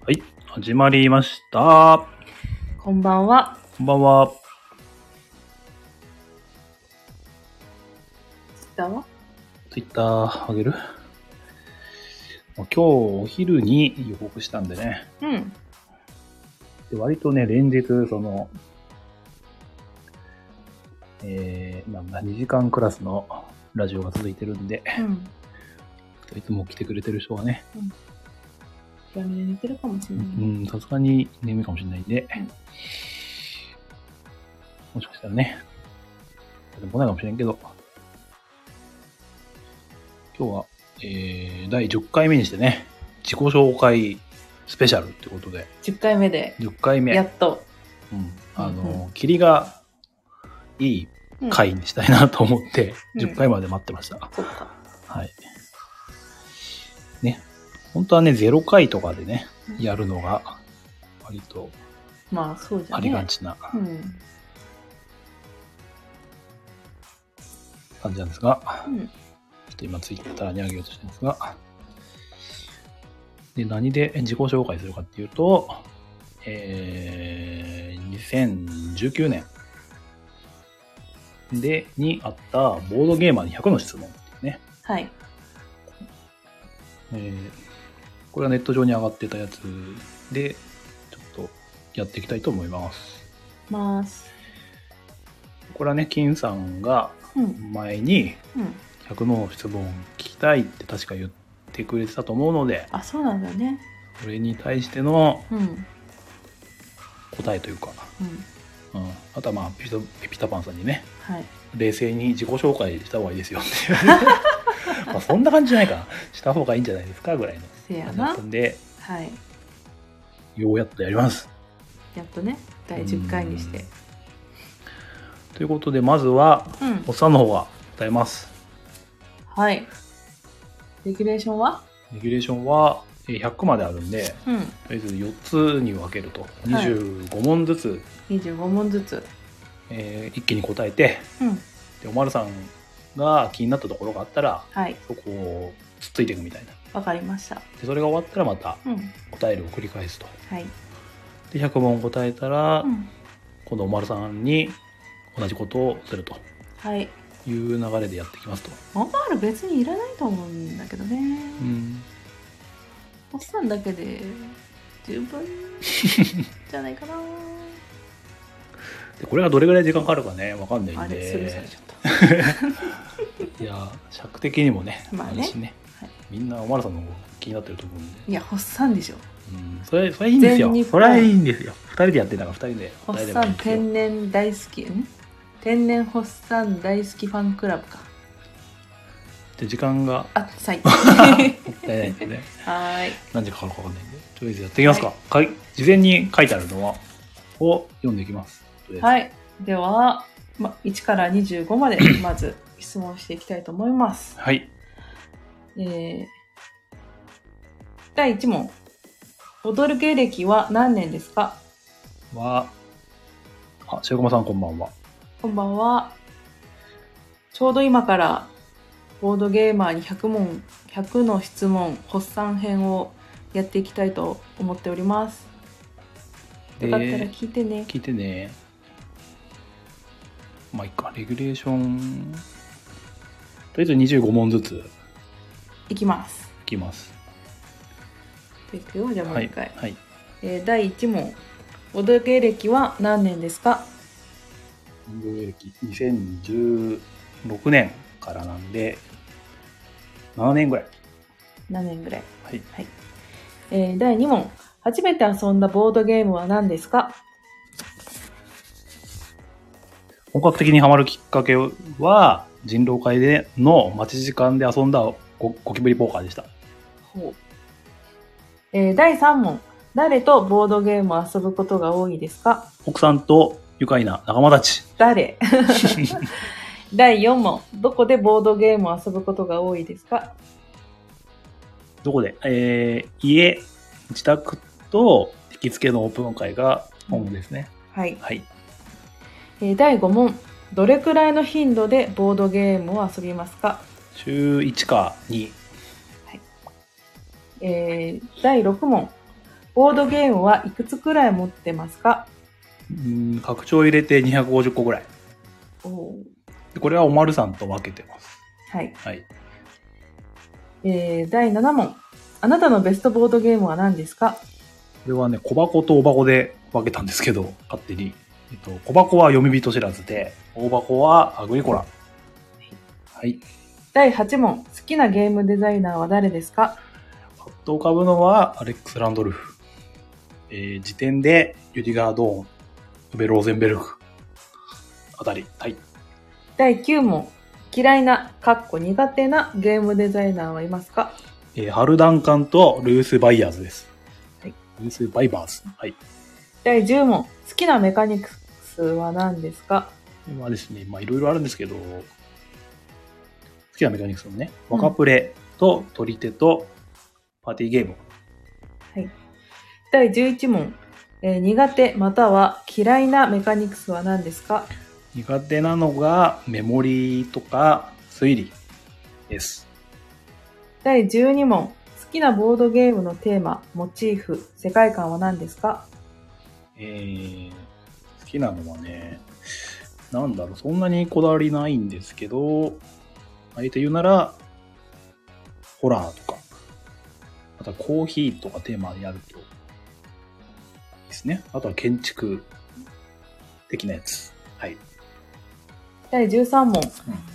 はい、始まりました。こんばんは。こんばんは。だわ。ツイッターあげるまあ今日お昼に予告したんでね。うん。で割とね、連日、その、えー、なんだ、2時間クラスのラジオが続いてるんで、うん。いつも来てくれてる人はね、やめで寝てるかもしれうない。ん、さすがに眠いかもしれないんでうん、もしかしたらね、でも来ないかもしれんけど、今日は、えー、第10回目にしてね、自己紹介スペシャルってことで、 10回目で、 10回目、やっと。うん、あうんの、霧がいいうん回にしたいなと思って、うん10回まで待ってました。そっか。はい。ね、本当はね、0回とかでね、やるのが、割とまあ、そうじゃあね。りがちなうん。感じなんですが、うん。ちょっと今ツイッターに上げようとしてるんですが、で、何で自己紹介するかっていうと、えー、2019年で、にあったボードゲーマーに100の質問っていうね、はい。えーこれはネット上に上がってたやつで、ちょっとやっていきたいと思います。ます。これはね、金さんがうん。前にうん。 100の質問聞きたいって確か言ってくれてたと思うので、あ、そうなんだよね。それに対してのうん。うん。答えというか、うん、あとはまあピピタピピタパンさんにねはい。冷静に自己紹介した方がいいですよっていう まあそんな感じじゃないかなした方がいいんじゃないですかぐらいのせや感じだなった。んではい。ようやっとやりますやっとね、第10回にして。ということでまずはうんお。っさんの方が答えますはい。レギュレーションはレギュレーションはえー100まであるんでうん。とりあえず4つに分けると25問ずつ、 25問ずつ。えー一気に答えてうん。でおまるさんが気になったところがあったらはい。そこをつっついていくみたいなわかりました。でそれが終わったらまたうん。答えるを繰り返すとはい。で100問答えたら、うん。今度おまるさんに同じことをするとはい。いう流れでやっていきますと、オマール別にいらないと思うんだけどね。うん、おっさんだけで十 分じゃないかなでこれがどれぐらい時間かかるかねわかんないあんれするされでちゃっいや尺的にもね,、まあねるしねはいみんなおまるさんの方が気になってると思うんでたいやおっさんでしょうん、それそれいいんですよ全日本それはいいんですよ2人でやってたから2人でおっ答えればさいいんんですよ天然大好きん天然ホッサン大好きファンクラブかで時間があ最近 はもったいないんでねーい何時かかるかわかんないんでとりあえずやっていきますか、かい事前に書いてあるのはを読んでいきますとりあえずはいでは、ま、1から25 までまず質問していきたいと思いますはいえー、第1問踊る芸歴は何年ですかは、あ、白駒さんこんばんは。こんばんは。ちょうど今から、ボードゲーマーに100問、100の質問、発散編をやっていきたいと思っております。よかったらで、聞いてね。聞いてね。まあ、いっか、レギュレーション。とりあえず25問ずついきます。いきます。いくよ、じゃあもうは一い。回。はい。えー第1問。ボードゲー歴は何年ですか人形歴2016年からなんで、7年ぐらい。何年ぐらい。はい。えー第2問。初めて遊んだボードゲームは何ですか本格的にハマるきっかけは、人狼会での待ち時間で遊んだゴゴキブリポーカーでした。えー第3問。誰とボードゲームを遊ぶことが多いですか奥さんと愉快な仲間たち。誰第4問。どこでボードゲームを遊ぶことが多いですかどこでえー、家、自宅と行きつけのオープン会が本部ですね。はい、はい。えー第5問。どれくらいの頻度でボードゲームを遊びますか、週1か2。えー第6問。ボードゲームはいくつくらい持ってますかうん拡張入れて250個ぐらいおーでこれはおまるさんと分けてますはい。はいえー、第7問。あなたのベストボードゲームは何ですかこれはね小箱と大箱で分けたんですけど勝手に、えっと、小箱は読み人知らずで大箱はアグリコラはい第8問。好きなゲームデザイナーは誰ですかパッと浮かぶのはアレックス・ランドルフ、えー時点でユリガー・ドーンウベ・ローゼンベルクあたりはい第9問。嫌いな、かっこ苦手なゲームデザイナーはいますかえーハルダンカンとルース・バイヤーズです。はいルース・バイバーズ。はい。こ第10問。好きなメカニクスは何ですかれはですね、まあいろいろあるんですけど、好きなメカニクスのね、ワカプレと取り手とパーティーゲーム。第11問。えー苦手または嫌いなメカニクスは何ですか苦手なのがメモリーとか推理です。第12問。好きなボードゲームのテーマ、モチーフ、世界観は何ですかえー、好きなのはね、なんだろう、そんなにこだわりないんですけど、あえて言うなら、ホラーとか、あとはコーヒーとかテーマでやると、いいですね。あとは建築的なやつ。はい。第13問。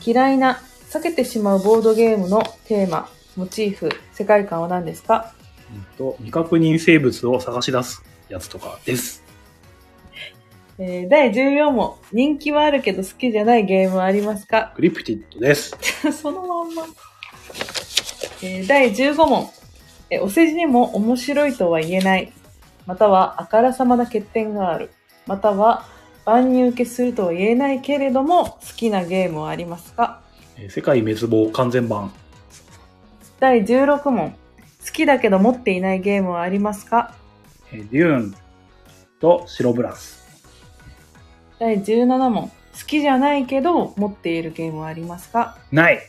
嫌いな、避けてしまうボードゲームのテーマ、モチーフ、世界観は何ですかうんと、未確認生物を探し出すやつとかです。えー第14問。人気はあるけど好きじゃないゲームはありますかクリプティッドです。 そのまんま。えー第15問。えーお世辞にも面白いとは言えない。または、あからさまな欠点がある。または、万人受けするとは言えないけれども、好きなゲームはありますかえー世界滅亡完全版。第16問。好きだけど持っていないゲームはありますかえーデューンと白ブラス。第17問。好きじゃないけど持っているゲームはありますかない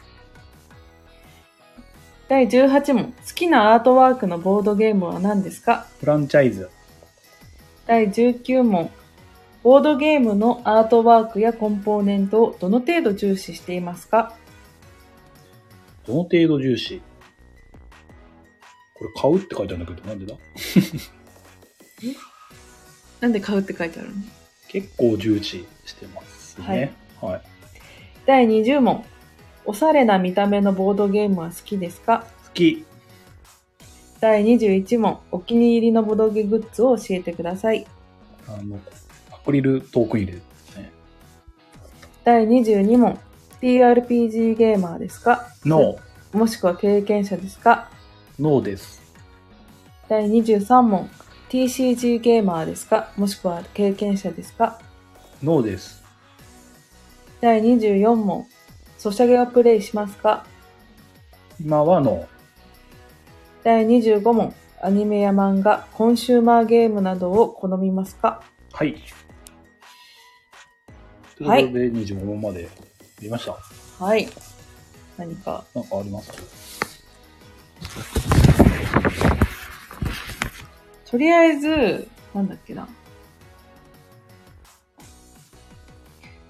第18問。好きなアートワークのボードゲームは何ですかフランチャイズ。第19問。ボードゲームのアートワークやコンポーネントをどの程度重視していますかどの程度重視これ買うって書いてあるんだけど、なんでだなんで買うって書いてあるの結構重視してますね。はい。第20問。おしゃれな見た目のボードゲームは好きですか好き。第21問。お気に入りのボドゲグッズを教えてください。あの、アクリルトークン入れですね。第22問。TRPG ゲーマーですかノもしくは経験者ですかー。ノーです。第23問 TCG ゲーマーですかもしくは経験者ですかノーです。第24問ソシャゲはプレイしますか今はノ第25問アニメや漫画コンシューマーゲームなどを好みますかー。はい。というこはいとで、25問まで見ました。はい何かなんかありますとりあえずなんだっけな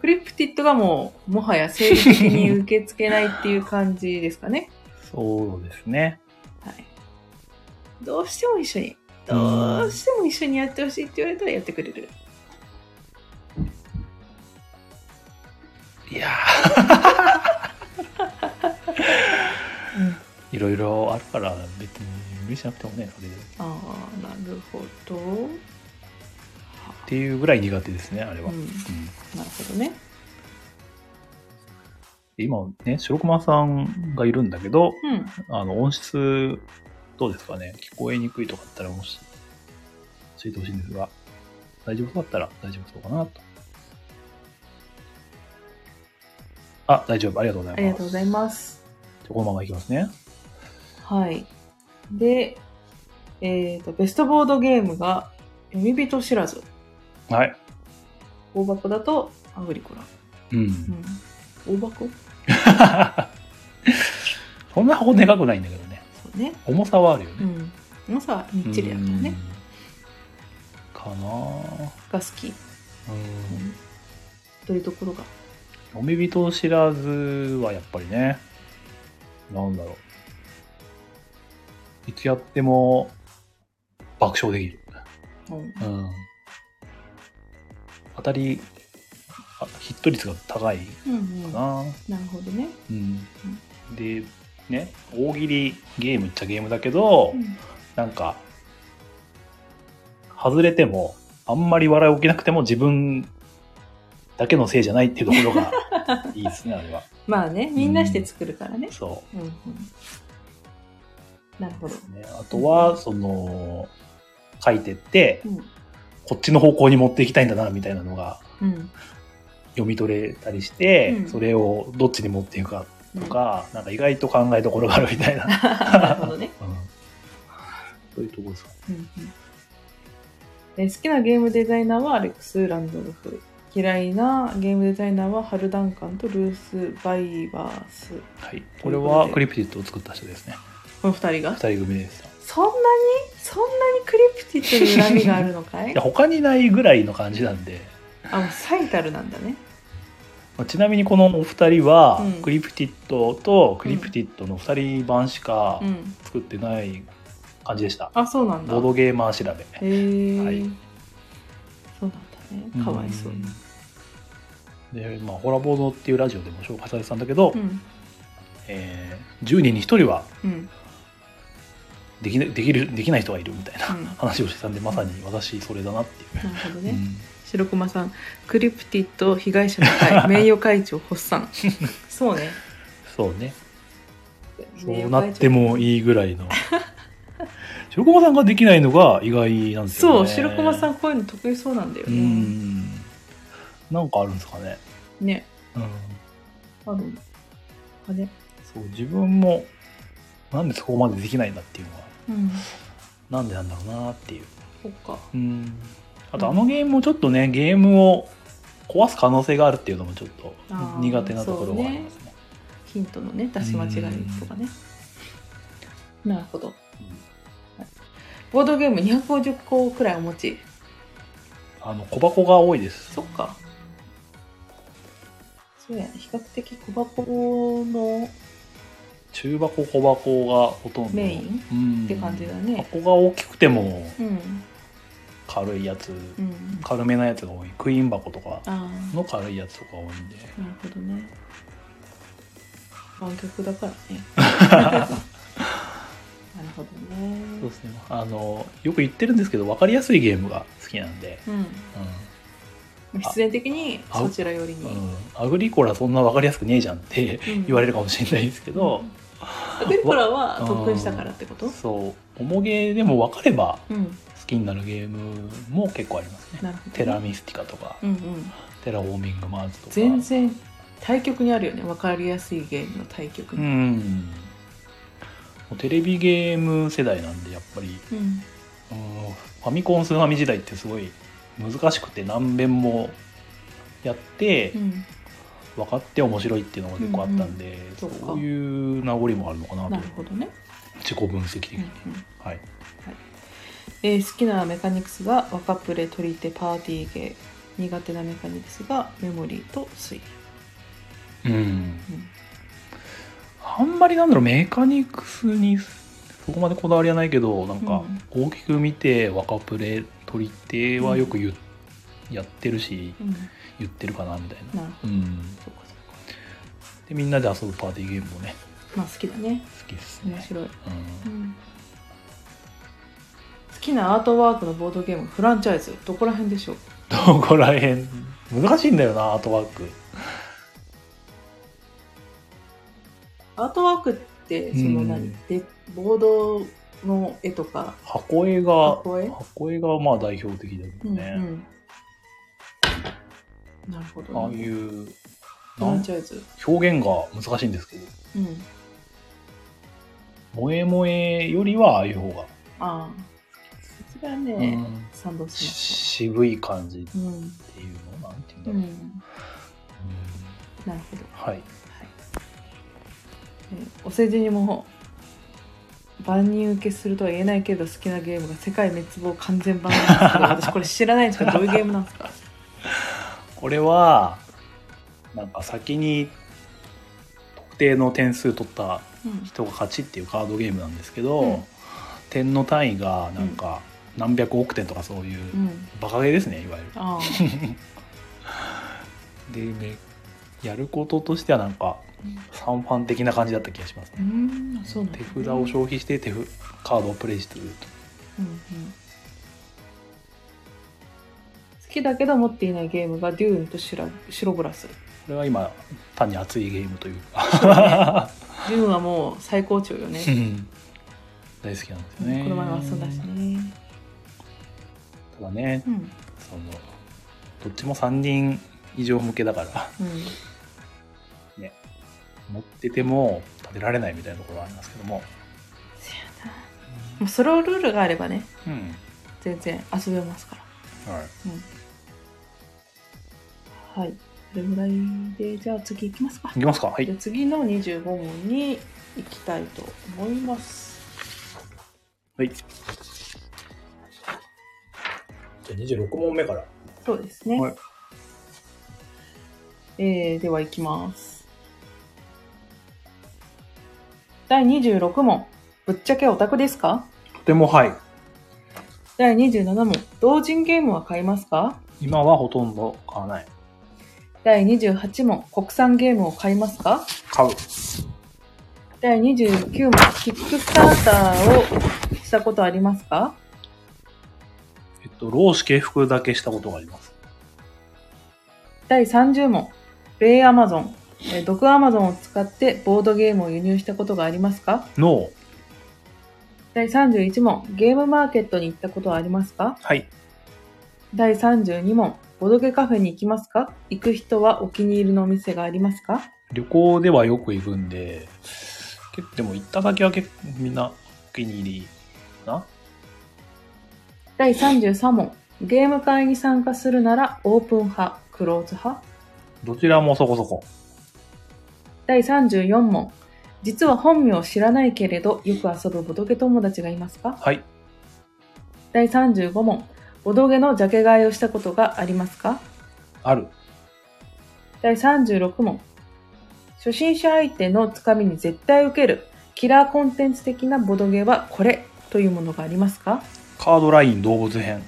クリプティッドがもうもはや生理的に受け付けないっていう感じですかねそうですね。 はい。どうしても一緒に、どうしても一緒にやってほしいって言われたらやってくれる。いやー、いろいろあるから、別に無理しなくてもね、それで。ああ、なるほど。っていうぐらい苦手ですね、あれは。ううんん、なるほどね。今ね、白熊さんがいるんだけど、うん。あの、音質、どうですかね聞こえにくいとかあったら、もし、教えてほしいんですが、大丈夫そうだったら大丈夫そうかなと。あ、大丈夫。ありがとうございます。ありがとうございます。じゃあこのままいきますね。はい。で、えっ、と、ベストボードゲームが、読み人知らず。はい。大箱だと、アグリコラ。うん。うん。大箱 そんなほどでかくないんだけどね。そうね。重さはあるようね。ん。もうさ、みっちりだからね。うんかなが好き、うんというところが嫁人を知らずはやっぱりねなんだろういつやっても爆笑できるうんうん当たりあヒット率が高いうんうんかななるほどね、うんでね大喜利ゲームっちゃゲームだけど、うんなんか外れてもあんまり笑い起きなくても自分だけのせいじゃないっていうところが いいですねあれはまあねみんなして作るからね、そうんうん、なるほど、う、ね、あとはその書いてってうんこっちの方向に持っていきたいんだなみたいなのがうん読み取れたりして、うんそれをどっちに持っていくかとか、なんか意外と考えどころがあるみたいな、 うん なるほどね、そういうところですかうんうんえ好きなゲームデザイナーはアレックス・ランドルフ嫌いなゲームデザイナーはハル・ダンカンとルース・バイバースはいこれはクリプティットを作った人ですねこの2人が二人組ですそんなにそんなにクリプティットに恨みがあるのかいいや他にないぐらいの感じなんで、 あもう最たるなんだねまあちなみにこのお二人は、うんクリプティットとクリプティットの二人版しかうん作ってない感じでした、あそうなんだボードゲーマー調べへえ、はいそうなんだねかわいそうにで、まあ、ホラボードっていうラジオでも紹介されてたんだけど、うんえー10人に1人はうんできなできるできない人がいるみたいなうん話をしてたんでまさに私それだなっていうなるほど、うねん白駒さんクリプティット被害者の 会名誉会長発 散そうねそうねそう名誉会長なってもいいぐらい の白駒さんができないのが意外なんですよねそう白駒さんこういうの得意そうなんだようねんなんかあるんですかね、ねうん、あるのあれそう自分もなんでそこまでできないんだっていうのはうんなんでなんだろうなっていう、そっかうん、あとあのゲームもちょっとねゲームを壊す可能性があるっていうのもちょっとあー苦手なところがありますねヒントのね出し間違いとかねなるほどボードゲーム250個くらいお持ちうんあの小箱が多いですそっかそうやね比較的小箱の中箱小箱がほとんどメインうんって感じだね箱が大きくてもうん軽いやつ、うん軽めなやつが多いクイーン箱とかああの軽いやつとか多いんでなるほどね湾曲だから ねなるほどねそうですねあのよく言ってるんですけど分かりやすいゲームが好きなんで、うんう必然的にあそちら寄りんうにんアグリコラそんな分かりやすくねえじゃんって うん言われるかもしれないですけど、アグリコラは特訓したからってことそう重げでも分かればうん好きになるゲームも結構ありますねなるほどねテラミスティカとか、うんうんテラフォーミングマーズとか全然対局にあるよね分かりやすいゲームの対局うにんもうテレビゲーム世代なんでやっぱりうんうんファミコンスーファミ時代ってすごい難しくて何遍もやって、うん分かって面白いっていうのが結構あったんで、うんうんそういう名残もあるのかなとなるほどね、自己分析的うんうに、んはいえー好きなメカニクスが若プレ取り手パーティーゲー苦手なメカニクスがメモリーと推う理、んうんあんまりなんだろうメカニクスにそこまでこだわりはないけどなんか大きく見て若プレ取り手はよく言うやってるしうん、言ってるかなみたいな、なるほどうん、そうかそうかでみんなで遊ぶパーティーゲームもねまあ好きだね好きです面ね、白い、うん、好きなアートワークのボードゲームフランチャイズどこら辺でしょうどこら辺難しいんだよなアートワークアートワークってその何、うんでボードの絵とか、箱絵が箱絵箱絵がまあ代表的だけうどんね、うんなるほあど、あね、いうフランチャイズ、表現が難しいんですけど、うん、萌え萌えよりはああいう方が、ああそちらね、うん賛同しし渋い感じっますうん、ていうのなんてう言うんだろう、うんん、なるほどはいえーお世辞にも万人受けするとは言えないけど好きなゲームが世界滅亡完全版なんですけど私これ知らないんですけどどういうゲームなんですかこれは、なんか先に特定の点数取った人が勝ちっていうカードゲームなんですけど、うん点の単位がなんか何百億点とかそういう、うん、バカゲーですねいわゆる。ああで、ね、やることとしてはなんかサンファン的な感じだった気がしますうね。んそうなんだ手札を消費して手札カードをプレイしてると。うんうん好きだけど持っていないゲームがデューンとシラ白グラスこれは今単に熱いゲームというか、デューンはもう最高潮よね大好きなんですこね。の前も遊んだしねただねうんそのどっちも3人以上向けだからうん持ってても食べられないみたいなところはありますけども、せやなもうそれをルールがあればねうん全然遊べますからはい、はいそれぐらいでじゃあ次行きますかいきますかはいじゃあ次の25問に行きたいと思いますはい。じゃあ26問目から。そうですね。はいえーでは行きます。第26問、ぶっちゃけオタクですかとてもはい。第27問、同人ゲームは買いますか今はほとんど買わない。第28問、国産ゲームを買いますか買う。第29問、キックスターターをしたことありますかえっと、老子敬服だけしたことがあります。第30問、レイアマゾン、えー毒アマゾンを使ってボードゲームを輸入したことがありますかノー。第31問、ゲームマーケットに行ったことはありますかはい。第32問、ボドゲカフェに行きますか行く人はお気に入りのお店がありますか旅行ではよく行くんで、けでも行った先は結構みんなお気に入りかな。第33問、ゲーム会に参加するならオープン派、クローズ派どちらもそこそこ。第34問、実は本名を知らないけれどよく遊ぶボドゲ友達がいますかはい。第35問、ボドゲのジャケ買いをしたことがありますかある。第36問。初心者相手のつかみに絶対受けるキラーコンテンツ的なボドゲはこれというものがありますかカードライン動物編。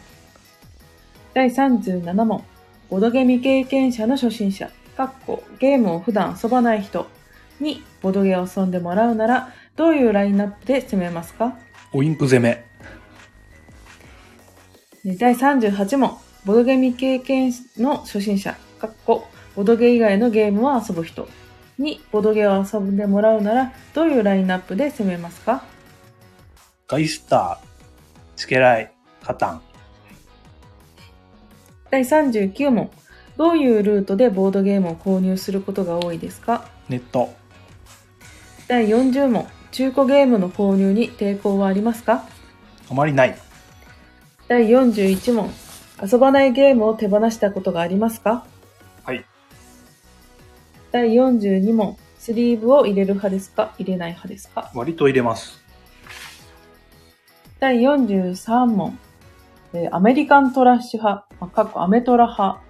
第37問。ボドゲ未経験者の初心者、かっこゲームを普段遊ばない人にボドゲを遊んでもらうならどういうラインナップで攻めますかオインク攻め。第38問。ボドゲ未経験の初心者、かっこボドゲ以外のゲームを遊ぶ人にボドゲを遊んでもらうならどういうラインナップで攻めますかガイスター。チケライ。カタン。第39問どういうルートでボードゲームを購入することが多いですかネット。第40問中古ゲームの購入に抵抗はありますかあまりない。第41問遊ばないゲームを手放したことがありますかはい第42問スリーブを入れる派ですか入れない派ですか割と入れます。第43問、えーアメリカントラッシュ派、まあ、かっこアメトラ派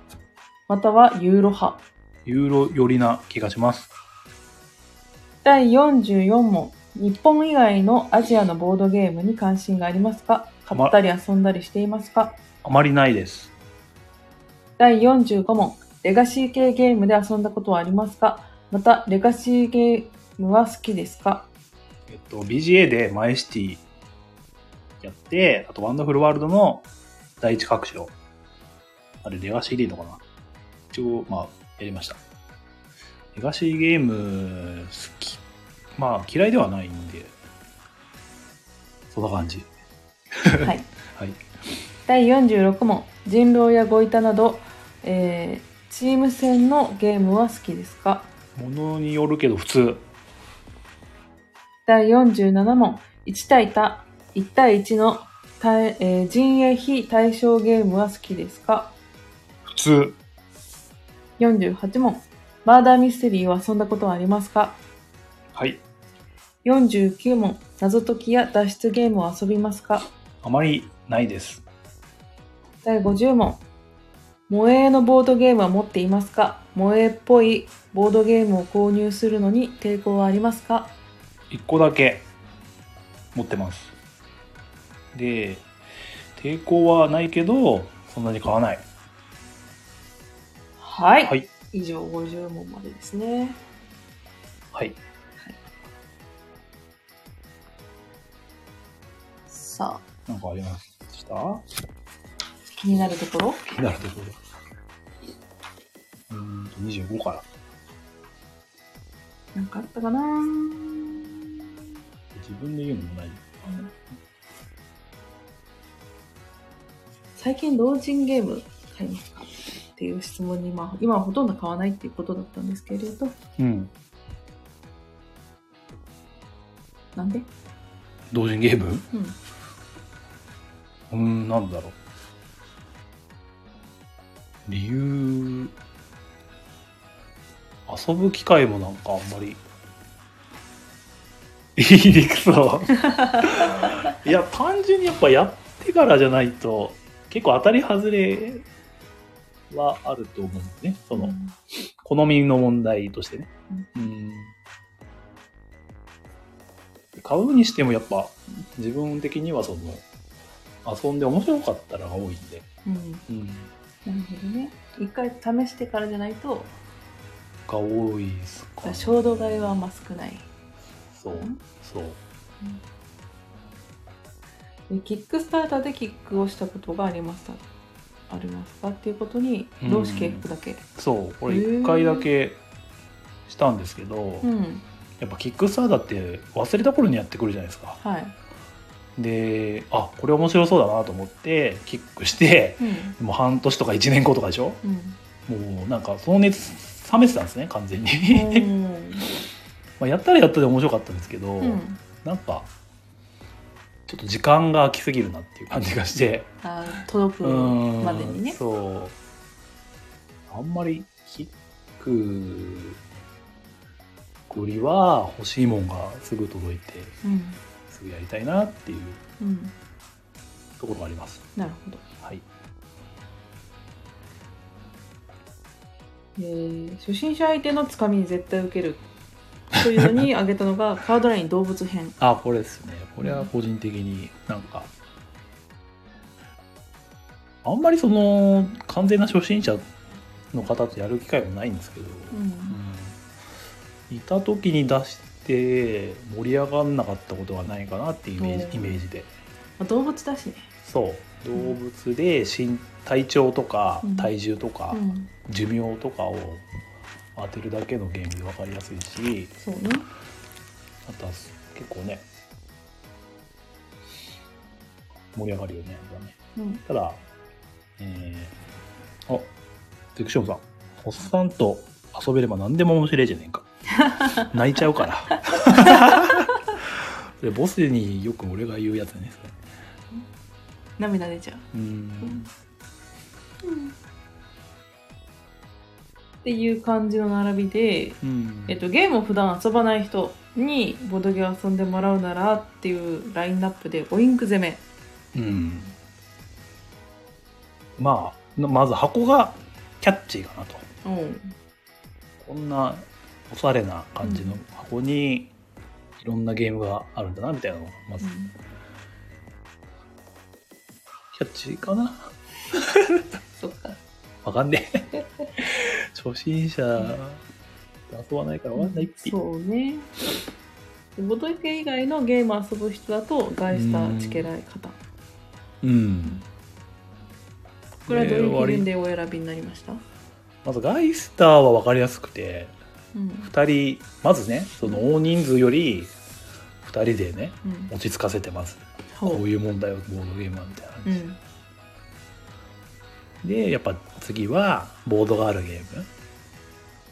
またはユーロ派ユーロ寄りな気がします。第44問日本以外のアジアのボードゲームに関心がありますか買ったり遊んだりしていますかあまりないです。第45問レガシー系ゲームで遊んだことはありますかまたレガシーゲームは好きですかえっと、BGA でマイシティやって、あとワンダフルワールドの第一拡張。あれ、レガシーでいいのかな一応、まあ、やりました。レガシーゲーム、好き。まあ、嫌いではないんで。そんな感じ。はいはい。第46問人狼やゴイタなど、えーチーム戦のゲームは好きですかものによるけど、普通。第47問1対他1対1の対、えー陣営非対象ゲームは好きですか普通。 48問。マーダーミステリーを遊んだことはありますかはい。 49問、謎解きや脱出ゲームを遊びますかあまりないです。第50問。萌えのボードゲームは持っていますか萌えっぽいボードゲームを購入するのに抵抗はありますか1個だけ持ってます。で、抵抗はないけど、そんなに買わない。はい。はい以上50問までですね。はい。さあ、なんかありました気になるところ気になるところ。うーんと、25から。なんかあったかな自分で言うのもない。最近老人ゲーム買いますかっていう質問に、まあ、今はほとんど買わないっていうことだったんですけれど、うん。なんで同人ゲームうん。うーん、なんだろう。理由、遊ぶ機会もなんかあんまり、いい理屈だわ。いや、単純にやっぱやってからじゃないと、結構当たり外れはあると思うんですね。その、好みの問題としてね。うん。買うにしてもやっぱ自分的にはその遊んで面白かったらが多いんで。うん。うん。なるほどね。一回試してからじゃないと、が多いですか、衝動買いはあんま少ない。そう。そう。でキックスターターでキックをしたことがありました。ありますかっていうことにう、ん同志契約だけ。そう。これ一回だけしたんですけど、うん。やっぱキックスターだって忘れた頃にやってくるじゃないですか。はい。で、あ、これ面白そうだなと思って、キックして、うん。もう半年とか1年後とかでしょ うん。もうなんかその熱冷めてたんですね完全にうんまあやったらやったで面白かったんですけど、うん。なんかちょっと時間が空きすぎるなっていう感じがしてあー届くうんまでにね。そうあんまりキックよりは欲しいもんがすぐ届いてうん。すぐやりたいなっていううん。ところがありますなるほど。はいえー初心者相手のつかみに絶対受ける。という のに挙げたのが、カードライン動物編。あこれですねこれは個人的になんかあんまりその完全な初心者の方とやる機会もないんですけど、うん。うんいた時に出して盛り上がんなかったことはないかなっていうイメーおジーイメージでまあ動物だしね。そう動物で身体調とかうん体重とかうん。寿命とかを当てるだけのゲームで分かりやすいしそうね。あとは結構ね盛り上がるよねあれはねうん。ただえー、あゼクションさんおっさんと遊べれば何でも面白いじゃねえ か泣いちゃうから それボスによく俺が言うやつねそれ涙出ちゃう。うーんっていう感じの並びで、うんえっと、ゲームを普段遊ばない人にボードゲームを遊んでもらうならっていうラインナップでオインク攻めうんまあのまず箱がキャッチーかなとうんこんなおしゃれな感じの箱にいろんなゲームがあるんだなみたいなのがまずキャッチーかなそっかわかんねえ。 初心者遊ばないからわかんないって。そうねでボードゲーム以外のゲームを遊ぶ人だとガイスターチケライ方うん。これはどういう基準ででお選びになりました、まずガイスターはわかりやすくて、うん二人、まずね、その大人数より二人でね、うん落ち着かせてます。ほこうういう問題をボードゲームはみたいな感うじ、んで、やっぱ次はボードがあるゲーム。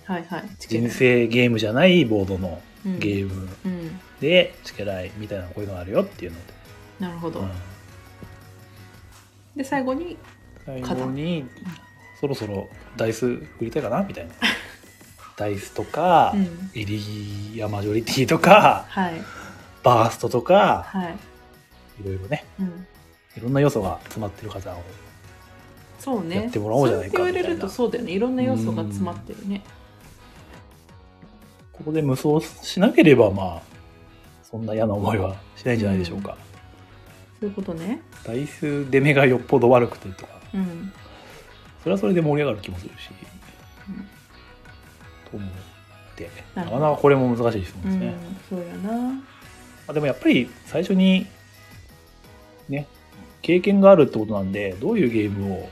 はいはいチケラ人イ生ゲームじゃないボードのうんゲームうんで、チケライみたいなこういうのがあるよっていうので。なるほど、うんで最後に最後にそろそろダイス振りたいかなみたいな ダイスとか、うんエリアマジョリティとかはいバーストとか、はい、いろいろね、うん、いろんな要素が詰まってる方を。そうねやってもらおうじゃないかそうやって言わみたれるいとなそうだよねいろんな要素が詰まってるねここで無双しなければ、まあ、そんな嫌な思いはしないんじゃないでしょうか。そういうことねダイス出目がよっぽど悪くてとか、うんそれはそれで盛り上がる気もするし、うんと思って、ななるかほどなかこれも難しい質問うですね。んそうやなまあ、でもやっぱり最初にね経験があるってことなんでどういうゲームを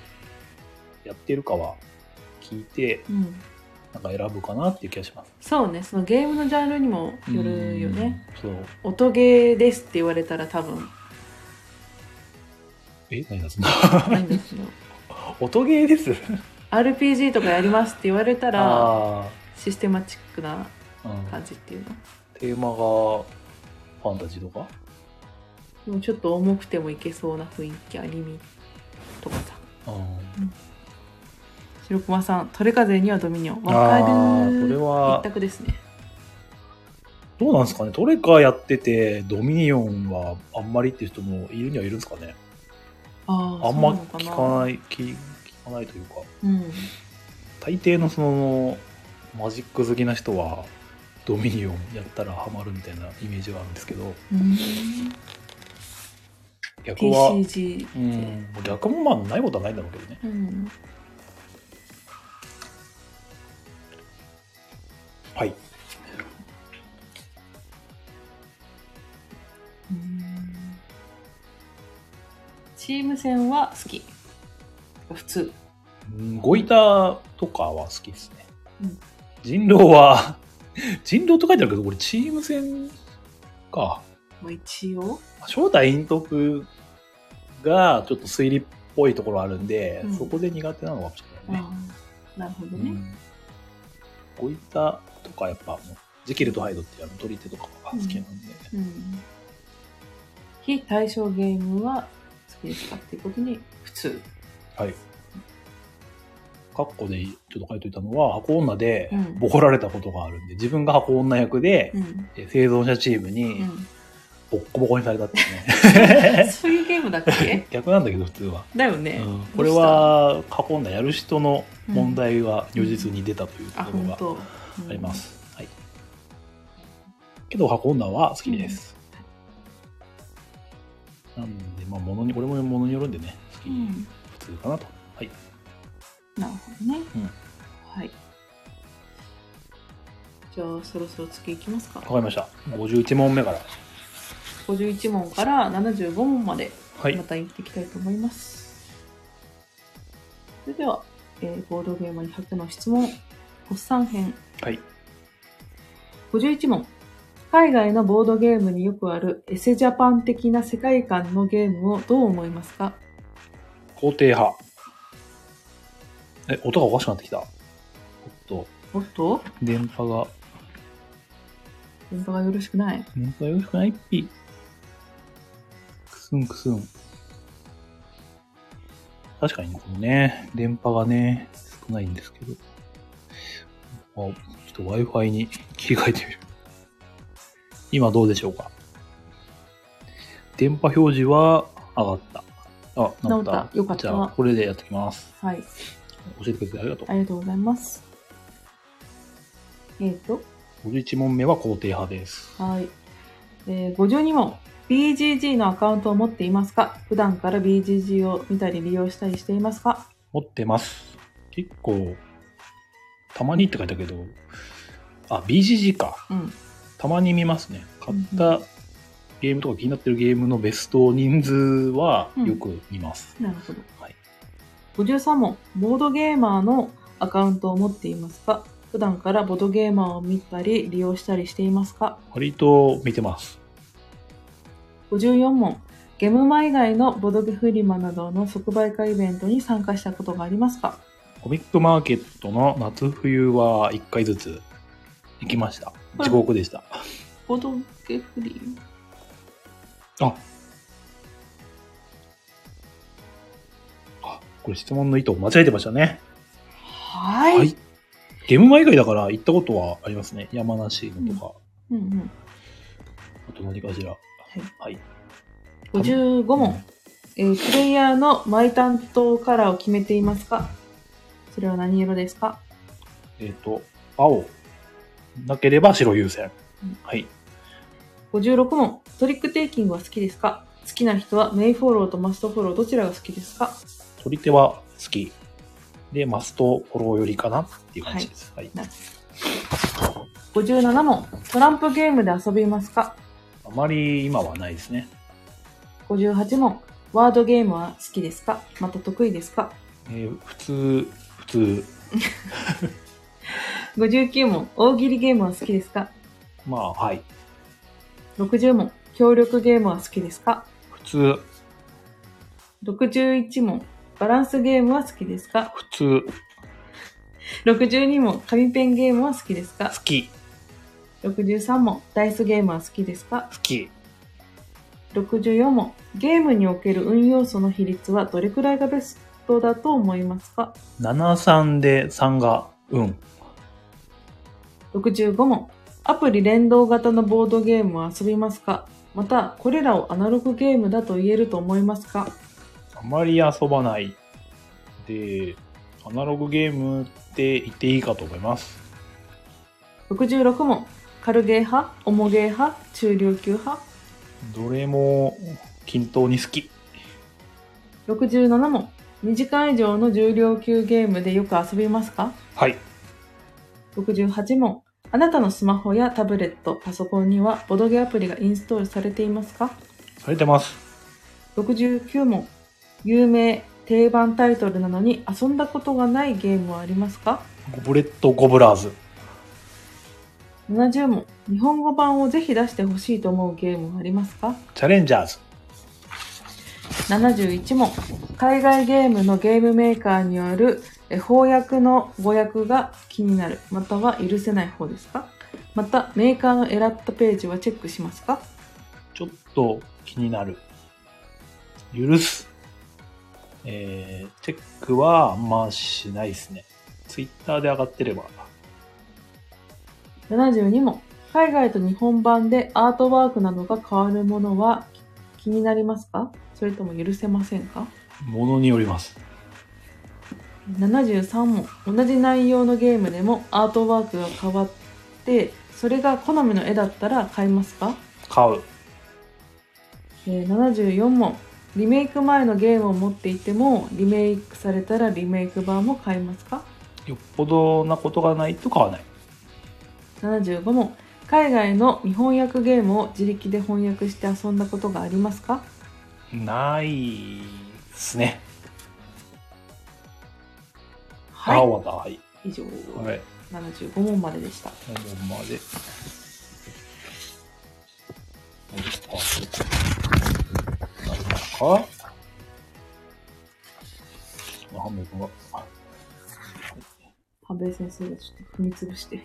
やってるかは聞いてうんなんか選ぶかなっていう気がします。そうねそのゲームのジャンルにもよるよねうん。そう。音ゲーですって言われたら 多分え何だそんなないんですよ 音ゲーです RPG とかやりますって言われたらあシステマチックなあ、うん感じっていうのテーマがファンタジーとかでもちょっと重くてもいけそうな雰囲気アニメとかさうん白駒さん「トレカゼにはドミニオン」わかあるーこれ一は択ですねどうなんですかねトレカやっててドミニオンはあんまりっていう人もいるにはいるんですかねあーあんまそう聞のかいない聞聞かないというかうん大抵のそのマジック好きな人はドミニオンやったらハマるみたいなイメージはあるんですけどうん逆は TCG って、うん逆もまあないことはないんだろうけどねうんはいうんチーム戦は好き普通うんゴイタとかは好きですね、うん人狼は 人狼と書いてあるけどこれチーム戦かまあ一応正体陰徳がちょっと推理っぽいところあるんで、うんそこで苦手なのかもしれないね、ああなるほどね、こういったとかやっぱもうジキルとハイドっていうあの取り手とかが好きなんで、うん非対象ゲームは好きですかっていうことに普通はいカッコでちょっと書いといたのは箱女でうんボコられたことがあるんで自分が箱女役で、うん、え生存者チームうにん、ボッコボコにされたっていうねそういうゲームだっけ逆なんだけど普通は、 だようね、ん、これは箱女やる人の問題が如実に出たというとあころ本が当ありま、す、はいけど箱女は好きです、なんでまあものにこれもものによるんでね好き、うんうん普通かなとはいなるほどね、うんはいじゃあそろそろ次いきますかわかりました51問目から51問から75問まではいまた行っていきたいと思います、それでは、えーボードゲームに100の質問発散編はい51問海外のボードゲームによくあるエセジャパン的な世界観のゲームをどう思いますか肯定派え音がおかしくなってきたおっとおっと電波が電波がよろしくない電波がよろしくないっぴくすんくすん確かにこのね電波がね少ないんですけどあちょっと Wi-Fi に切り替えてみる今どうでしょうか電波表示は上がったあなった直ったよかったじゃあこれでやってきますはい教えてくれてありがとうありがとうございますえっ、と51問目は肯定派ですはい。えー、52問。BGG のアカウントを持っていますか普段から BGG を見たり利用したりしていますか持ってます。結構、たまにって書いたけど、あ、BGG か。うん。たまに見ますね。買ったゲームとか気になってるゲームのベスト人数はうんよく見ます。なるほど。はい。 53問。ボードゲーマーのアカウントを持っていますか普段からボードゲーマーを見たり利用したりしていますか割と見てます。 54問。ゲムマ以外のボドゲフリマなどの即売会イベントに参加したことがありますかコミックマーケットの夏冬は1回ずつ行きました。はい地獄でした。ボドゲフリああ、これ質問の意図を間違えてましたね。はいはい。ゲームマ以外だから行ったことはありますね。山梨のとか、うんうん。あとと何かしら。はい。 55問、えープレイヤーのマイ担当カラーを決めていますかそれは何色ですかえっ、と、青。なければ白優先うん。はい。 56問トリックテイキングは好きですか好きな人はメイフォローとマストフォローどちらが好きですか取り手は好き。で、マストフォローよりかなっていう感じです。はい。 57問トランプゲームで遊びますかあまり今はないですね。 58問ワードゲームは好きですかまた得意ですかえー普通、普通。 59問大喜利ゲームは好きですかまあ、はい。 60問協力ゲームは好きですか普通、 61問バランスゲームは好きですか普通、 62問紙ペンゲームは好きですか好き、 63問ダイスゲームは好きですか好き。 64問ゲームにおける運要素の比率はどれくらいがベストだと思いますか7、3で3が、うん。 65問アプリ連動型のボードゲームは遊びますかまたこれらをアナログゲームだと言えると思いますかあまり遊ばない。で、アナログゲームって言っていいかと思います。 66問軽ゲー派重ゲー派中量級派どれも均等に好き。 67問2時間以上の重量級ゲームでよく遊びますかはい。 68問あなたのスマホやタブレットパソコンにはボドゲアプリがインストールされていますかされてます。 69問有名定番タイトルなのに遊んだことがないゲームはありますかゴブレット・ゴブラーズ。 70問日本語版をぜひ出してほしいと思うゲームはありますかチャレンジャーズ。 71問海外ゲームのゲームメーカーによるえ翻訳の語訳が気になるまたは許せない方ですかまたメーカーの選ったページはチェックしますかちょっと気になる。許す。えー、チェックはあんましないですね。ツイッターで上がってれば。 72問海外と日本版でアートワークなどが変わるものは気になりますかそれとも許せませんかものによります。 73問同じ内容のゲームでもアートワークが変わってそれが好みの絵だったら買いますか、買う。えー74問リメイク前のゲームを持っていてもリメイクされたらリメイク版も買いますかよっぽどなことがないと買わない。 75問海外の日本訳ゲームを自力で翻訳して遊んだことがありますかないですね。あ、は終わった。はい。い以上、はい。 75問まででしたここまで。何ですか何ですかハンメ君が。半兵衛先生がちょっと踏みつぶして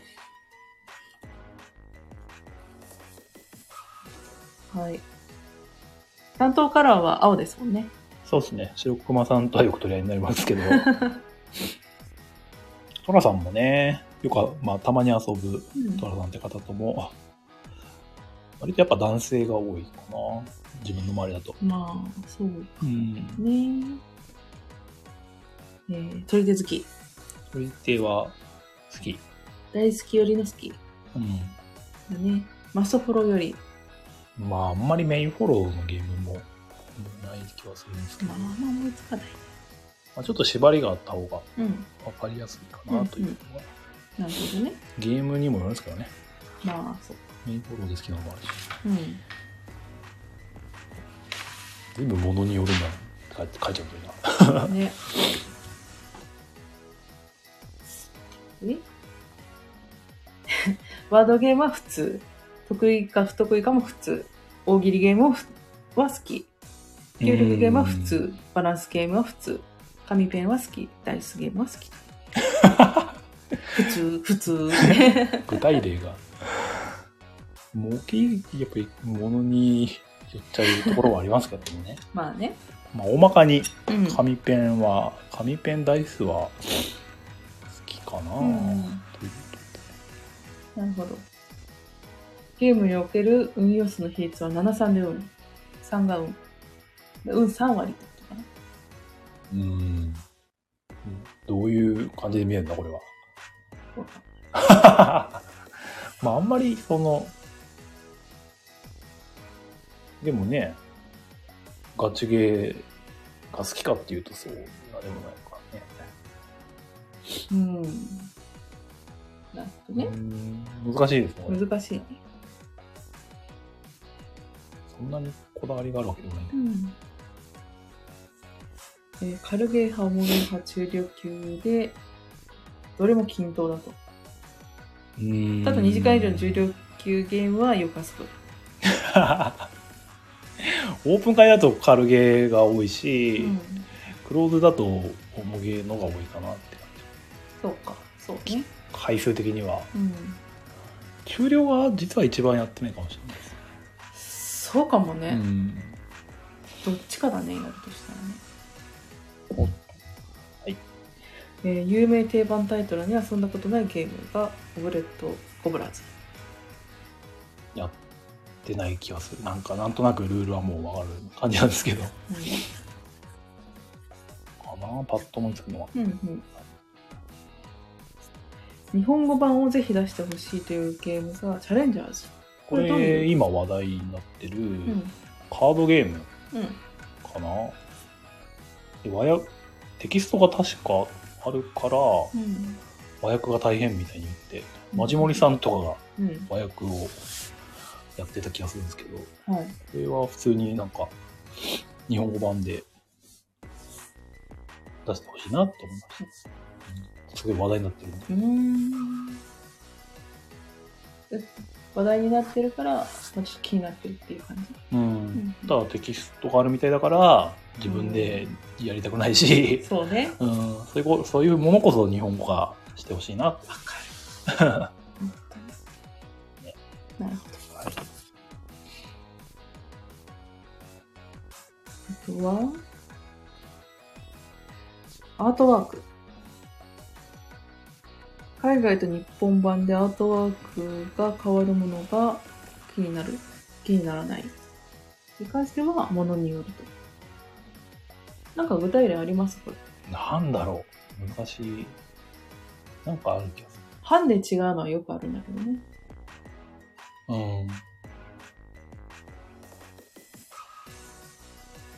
はい担当カラーは青ですもんねそうですね。白熊さんとはよく取り合いになりますけど。トラさんもね、よくは、まあ、たまに遊ぶうんトラさんって方とも、割とやっぱ男性が多いかな。自分の周りだと。まあそううん。ねえー、取り手好き取り手は好き。大好きよりの好きうん。だねマストフォローよりまあ、あんまりメインフォローのゲームもない気はするんですけど、まあまあ思いつかないまあ、ちょっと縛りがあった方がうん分かりやすいかなというのは、なるほどねゲームにもよるんですけどね、まあそうメインフォローで好きなのもあるし、うん全部物によるんだって書いちゃうんだよな。ね。えワードゲームは普通。得意か不得意かも普通。大喜利ゲームはふは好き。協力ゲームは普うん通。バランスゲームは普通。紙ペンは好き。ダイスゲームは好き。普通、普 通。具体例が。もうけ、やっぱり物によっちゃうところはありますけどもね。 まあね。まあ、大まかにうん。紙ペンは、紙ペンダイスは好きかな、うんというなるほど。ゲームにおける運要素の比率は73で運。3が運。で運3割ってことかな。うん。どういう感じで見えるんだ、これは。そうか まあ、あんまり、その、でもね、ガチゲーが好きかっていうとそうなでもないからね。うん。なるほどねう。ん難しいですね。難しいね。そんなにこだわりがあるわけでもないんだうん。えー軽ゲー派、重ゲー派、中量級で、どれも均等だと。けど。うんただ2時間以上の重量級ゲームはよかすと。オープン会だと軽ゲーが多いし、うん。クローズだと重ゲーのが多いかなって感じそうか。そうね。回数的にはうん。中量が実は一番やってないかもしれないです、そうかもね。うんどっちかだね、やるとしたらね。はい。えー有名定番タイトルに遊んだことないゲームが、オブレット・コブラーズ。やってない気がするなんかなんとなくルールはもうわかる感じなんですけどかなパッと思いつくのはうんうん。日本語版をぜひ出してほしいというゲームが、チャレンジャーズ。これどういう今話題になってる、うん。カードゲームうん。かなで和訳テキストが確かあるからうん。和訳が大変みたいに言ってマジモリさんとかがうん。和訳をやってた気がするんですけどはい。これは普通になんか日本語版で出してほしいなと思いました、うんすごい話題になってるんでうーんえ話題になってるから、まあ、ちょっと気になってるっていう感じ。うんただテキストがあるみたいだから自分でやりたくないし、そうね。うんそういうこそういうものこそ日本語化してほしいなってわかる。本当にねなるほど。あとは、アートワーク。海外と日本版でアートワークが変わるものが気になる。気にならない。に関しては、ものによると。なんか具体例ありますこれ。なんだろう難しいなんかある気がす版で違うのはよくあるんだけどね。る、うん、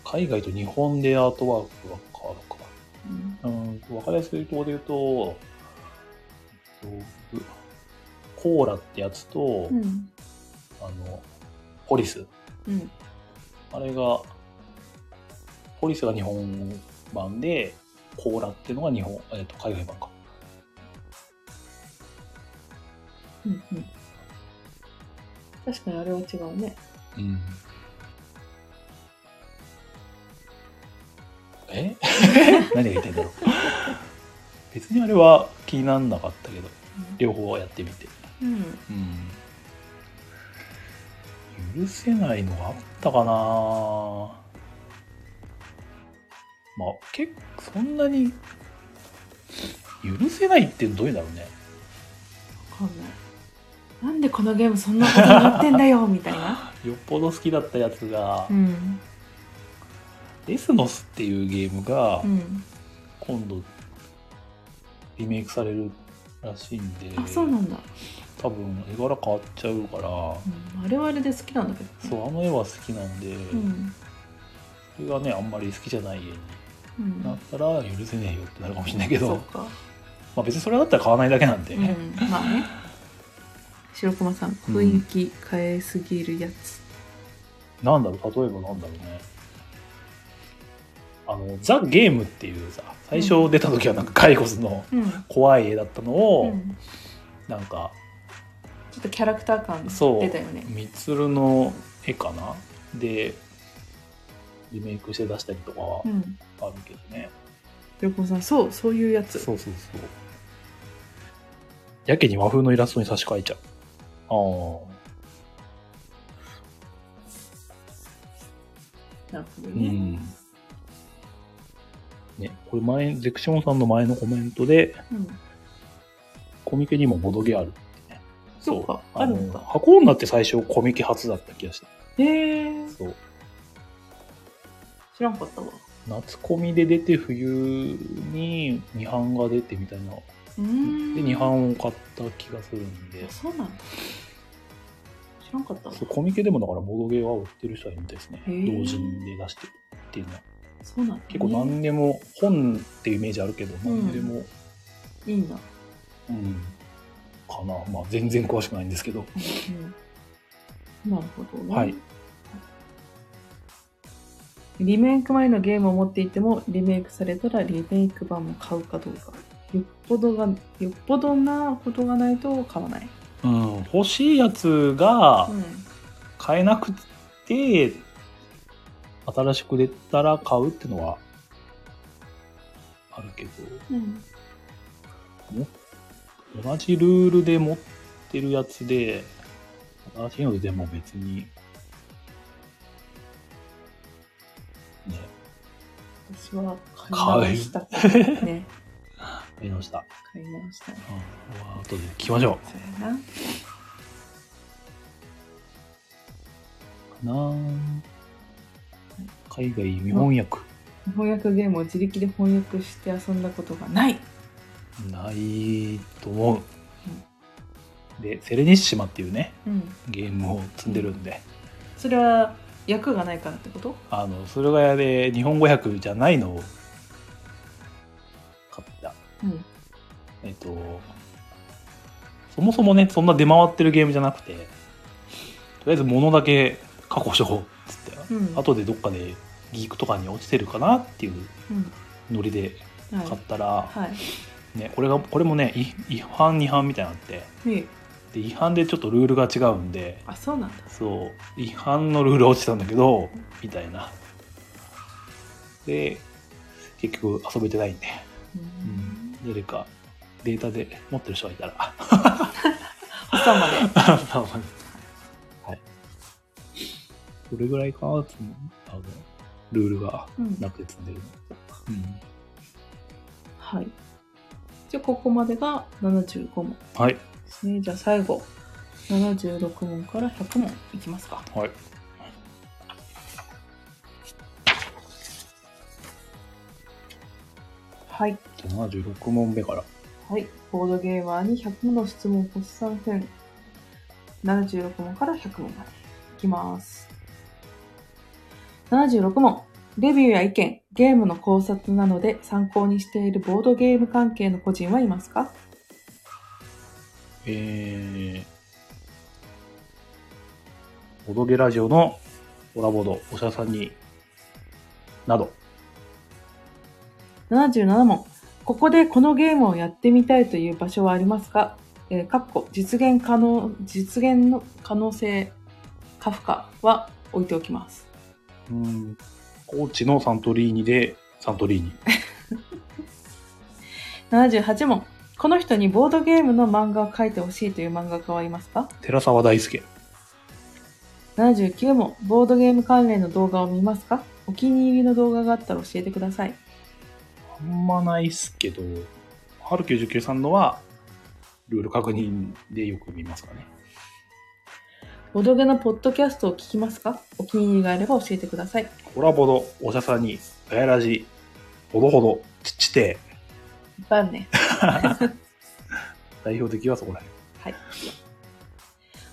海外と日本でアートワークが変わるかうんうん、わかりやすいところで言うと、えっとぶコーラってやつと、うん。あの、ポリス。うん。あれが、ポリスが日本版で、コーラっていうのが日本、えっと、海外版か。うん。うん。確かにあれは違うね。うん。え 何が言いたいんだろう。 別にあれは気になんなかったけど、両方やってみて。うん。うん許せないのがあったかなまあ結構そんなに許せないってどういうんだろうねわかんない。なんでこのゲームそんなことになってんだよ、みた いな。よっぽど好きだったやつが「ん。デスノス」っていうゲームがうん。今度リメイクされるらしいんであ、そうなんだ。多分絵柄変わっちゃうからうん、あれはあれで好きなんだけど、ね。そうあの絵は好きなんで、うん。それがねあんまり好きじゃない絵にうん。なったら許せねえよってなるかもしれないけそどう、か。まあ、別にそれだったら買わないだけなんで、うん。 まあね。白駒さん、雰囲気変えすぎるやつ。なんだろう例えばなんだろうねあのザ・ゲームっていうさ最初出た時はなんか骸骨のうん。怖い絵だったのを、うんなんかちょっとキャラクター感そう出たよね。みつるの絵かなでリメイクして出したりとかはうん。あるけどね、白駒さん、そう、そういうやつ。そうそうそうやけに和風のイラストに差し替えちゃうああなるほどうね。ん。ね、これ前、ゼクションさんの前のコメントで、うんコミケにもボドゲある。そっかああるんのだ箱女って最初コミケ初だった気がした。へえそう知らんかったわ夏コミで出て冬に二版が出てみたいな。でうーん二版を買った気がするんであ。そうなんだ知らんかったわそうコミケでもだからボードゲーは売ってる人はいるみたいですね。へー同人で出してるっていうのは。そうなんだ、ね、結構何でも、本っていうイメージあるけど、ん何でも、いいな、うん、かな。まあ全然詳しくないんですけど。うん、なるほどねはいリメイク前のゲームを持っていてもリメイクされたらリメイク版も買うかどうかよっぽどがよっぽどなことがないと買わない、うん、欲しいやつがうん、買えなくて、新しく出たら買うってのはあるけど。うん同じルールで持ってるやつで、新しいのでも別に、ね、私は買い直したね見直した。買い直したねうん、後で聞きましょそうやなう。かなぁ海外未翻訳。翻訳ゲームを自力で翻訳して遊んだことがないないと思う。で、セレニッシマっていうね、うんゲームを積んでるんで、それは役がないからってことあの、それがやで日本語訳じゃないのを買った。うんえっと、そもそもね、そんな出回ってるゲームじゃなくて、とりあえず物だけ確保しとこうっつって、うん後でどっかでギークとかに落ちてるかなっていううんノリでは買っいたら、はいね、これが、これもね、い違反、違反みたいなのあって、ねで、違反でちょっとルールが違うんで、あそうなんだそう、違反のルール落ちたんだけど、みたいな。で、結局遊べてないんで、ううんん、誰かデータで持ってる人がいた ら、朝まではい。それぐらいかな、つも多分、ルールがうんなくて積んでるの。うん。はいじゃあここまでが75問ではい。すねじゃあ最後76問から100問いきますかはい。はいじゃあ76問目から。はいボードゲーマーに100問の質問発散編76問から100問までいきます76問レビューや意見ゲームの考察なので参考にしているボードゲーム関係の個人はいますかえー、おどげラジオのコラボド、おしゃさんに、など。 77問。ここでこのゲームをやってみたいという場所はありますかえー、かっこ、実現可能、実現の可能性、カフカは置いておきます。うん。高知のサントリーニで、サントリーニ。 78問。この人にボードゲームの漫画を描いてほしいという漫画家はいますか寺沢大輔。 ?79 問。ボードゲーム関連の動画を見ますかお気に入りの動画があったら教えてください。あんまないっすけど、春99さんのは、ルール確認でよく見ますかね。ボードゲのポッドキャストを聞きますかお気に入りがあれば教えてください。コラボド、おしゃさんに、ガヤラジ、ほどほど、ちっちて、いっぱいあるね。代表的はそこら辺。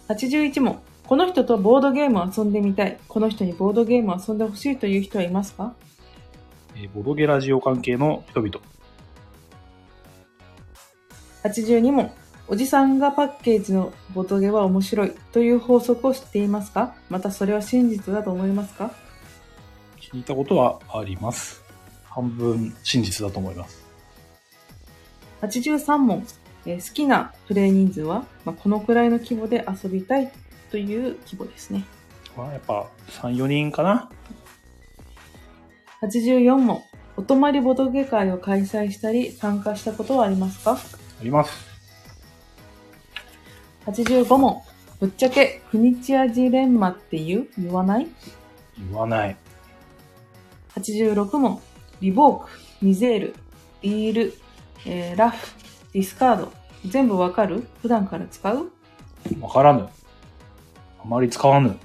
81問。この人とボードゲームを遊んでみたい。この人にボードゲームを遊んでほしいという人はいますかえーボドゲラジオ関係の人々。 ?82 問。おじさんがパッケージのボードゲは面白いという法則を知っていますかまたそれは真実だと思いますか聞いたことはあります。半分真実だと思います。 ?83 問。えー好きなプレイ人数は、まあ、このくらいの規模で遊びたいという規模ですね。まあ、やっぱ、3、4人かな84問。お泊まりボードゲ会を開催したり参加したことはありますかあります。 85問。ぶっちゃけ、フニチアジレンマって言う言わない言わない。 ?86 問。リボーク、ミゼール、ディール、えーラフ、ディスカード。全部わかる普段から使うわからぬ。あまり使わぬ。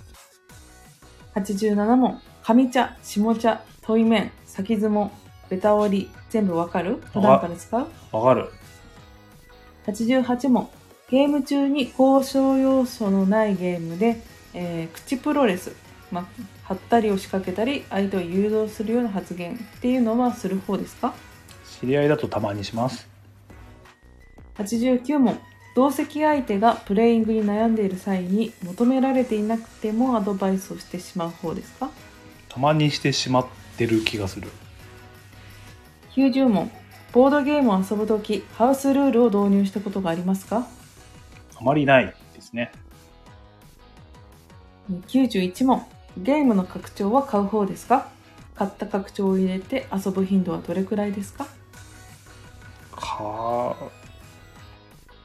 87問上茶下茶問い面先相撲ベタ折り全部わかる普段から使うわかる。 88問ゲーム中に交渉要素のないゲームで、えー口プロレス、まあ、張ったりを仕掛けたり相手を誘導するような発言っていうのはする方ですか知り合いだとたまにします。 89問同席相手がプレイングに悩んでいる際に求められていなくてもアドバイスをしてしまう方ですかたまにしてしまってる気がする。 90問ボードゲームを遊ぶときハウスルールを導入したことがありますかあまりないですね。 91問ゲームの拡張は買う方ですか買った拡張を入れて遊ぶ頻度はどれくらいですかか、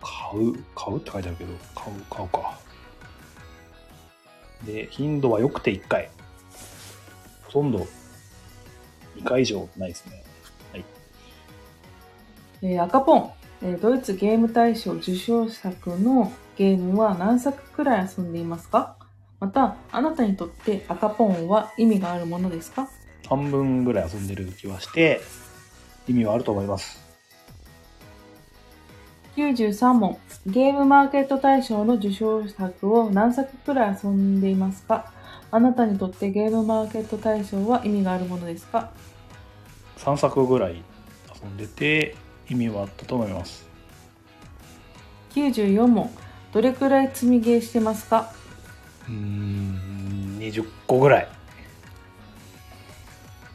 買う、買うって書いてあるけど、買う、買うか。で、頻度は良くて1回。ほとんど2回以上ないですね。えー赤ポン、えードイツゲーム大賞受賞作のゲームは何作くらい遊んでいますかまた、あなたにとって赤ポンは意味があるものですか半分ぐらい遊んでる気はして、意味はあると思います。 ?93 問、ゲームマーケット大賞の受賞作を何作くらい遊んでいますかあなたにとってゲームマーケット大賞は意味があるものですか3作ぐらい遊んでて、意味はあったと思います。 ?94 問、どれくらい積みゲーしてますかうーん、20個ぐらい。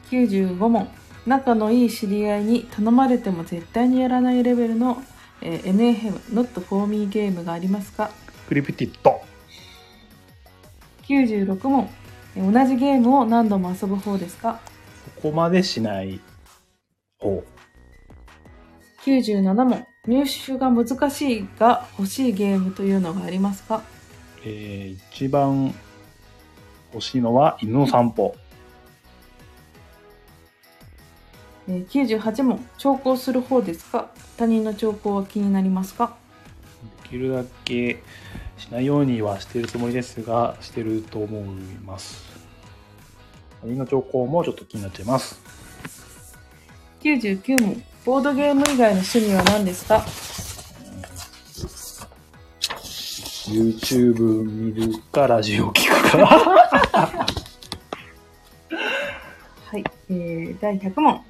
95問仲のいい知り合いに頼まれても絶対にやらないレベルの、えー、NAM Not For Me ゲームがありますかプリピティット。 96問えー同じゲームを何度も遊ぶ方ですかそこまでしない方。 97問入手が難しいが欲しいゲームというのがありますかえー一番欲しいのは犬の散歩。えー98問調校する方ですか他人の調校は気になりますかできるだけしないようにはしているつもりですが、してると思います。他人の兆候もちょっと気になっちゃいます。 99問ボードゲーム以外の趣味は何ですか YouTube 見るか、ラジオ聞くか。はい、えー、第100問。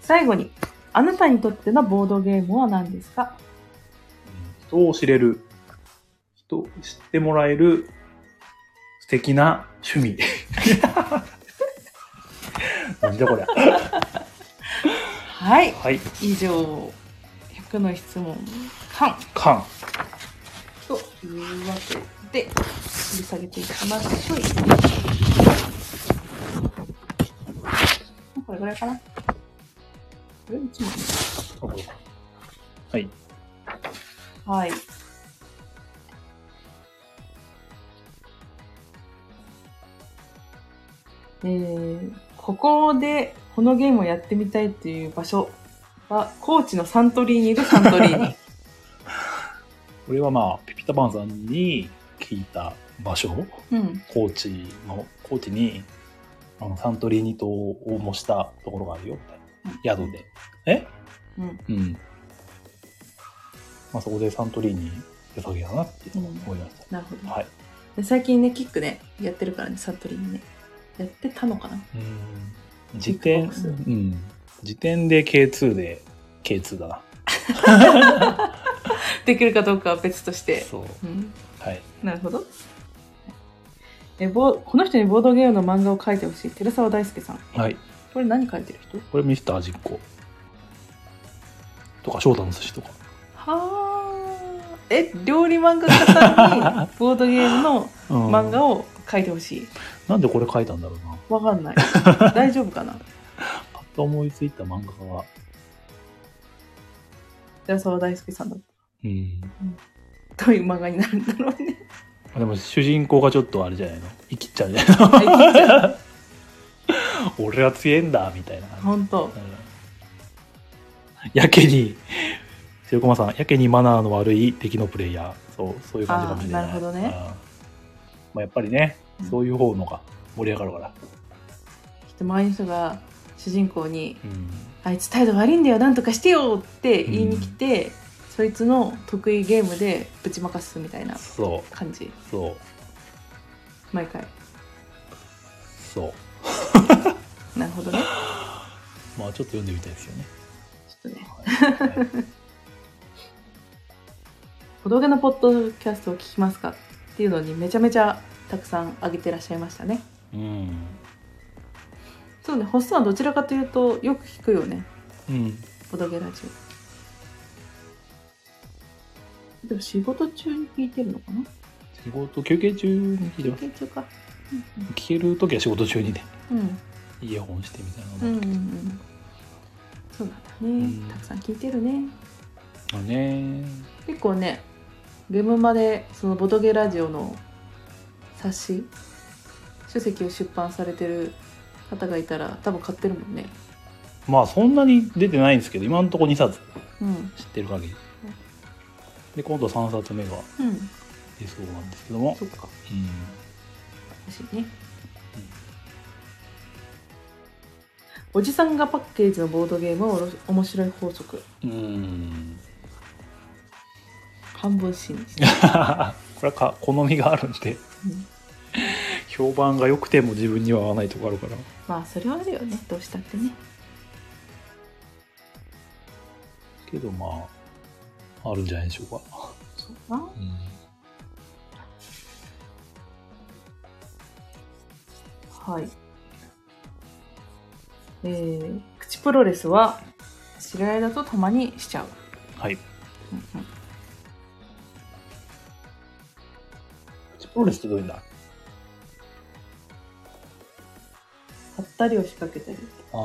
最後に、あなたにとってのボードゲームは何ですか人を知れる。人を知ってもらえる素敵な趣味。なんじゃこりゃ。はい、はい。以上、100の質問、完缶。というわけで、振り下げていきましょう。これぐらいかなこれ一問はい。はい。えー、ここでこのゲームをやってみたいっていう場所は、高知のサントリーにいるサントリーに。これはまあ、ピピタパンさんに聞いた場所、 うん。高知の、高知に、あの、サントリーニ島を模したところがあるよ、みたいな。宿で。えうん。うん。まあ、そこでサントリーニ良さげだなってうん思いました。なるほど。はい。で最近ね、キックね、やってるからね、サントリーにね。やってたのかなうん。時キックボ点、クスうん。時点で K2 で、K2 だな。できるかどうかは別として。そう。うん。はい。なるほど。えボーこの人にボードゲームの漫画を書いてほしい。寺澤大輔さん。はい。これ何書いてる人これミスター実行。とか、翔太の寿司とか。はあえ料理漫画家さん にボードゲームのうん漫画を描いてほしいなんでこれ書いたんだろうな。わかん ない大丈夫かなパッと思いついた漫画家は、寺澤大輔さんだうん。とどういう漫画になるんだろう ねでも主人公がちょっとあれじゃないの生きっちゃうじゃないの 俺は強えんだみたいな、うん本当やけに白駒さん、やけにマナーの悪い敵のプレイヤー。そう、そういう感じかもしれない。あーなるほどねうんまあ、やっぱりね、そういう方のが盛り上がるから。きっと周りの人が主人公にうん。 「あいつ態度悪いんだよなんとかしてよ!」って言いに来て、そいつの得意ゲームでぶちまかすみたいなそ感じう、そう、毎回そう。なるほどねまあ、ちょっと読んでみたいですよね。ちょっとねはいはい小峠のポッドキャストを聞きますかっていうのにめちゃめちゃたくさん上げてらっしゃいましたね うん。そうねホストはどちらかというとよく聞くよねうん。小峠ラジオでも仕事中に聞いてるのかな仕事、休憩中に聞いて休ます。憩中か聞けるときは仕事中にね、うんうんイヤホンしてみたいなのうもんうんうんそうなんだうね、んたくさん聞いてるねまあね。結構ねゲームまでそのボトゲラジオの冊子書籍を出版されてる方がいたら多分買ってるもんねまあ、そんなに出てないんですけど、今のところ2冊うん知ってる限り。で、今度3冊目がうん出そうなんですけども。そっかうん。欲しいね、おじさんがパッケージのボードゲームはおろし面白い法則うーん半分信 じて、これはか好みがあるんでうん評判が良くても自分には合わないとこあるからまあそれはあるよねどうしたってねけどまああるんじゃないでしょうか、そうかうんはい。えー、口プロレスは知り合いだとたまにしちゃう。はいうんうんプロレスってどういうんだ貼ったりを仕掛けたり。あ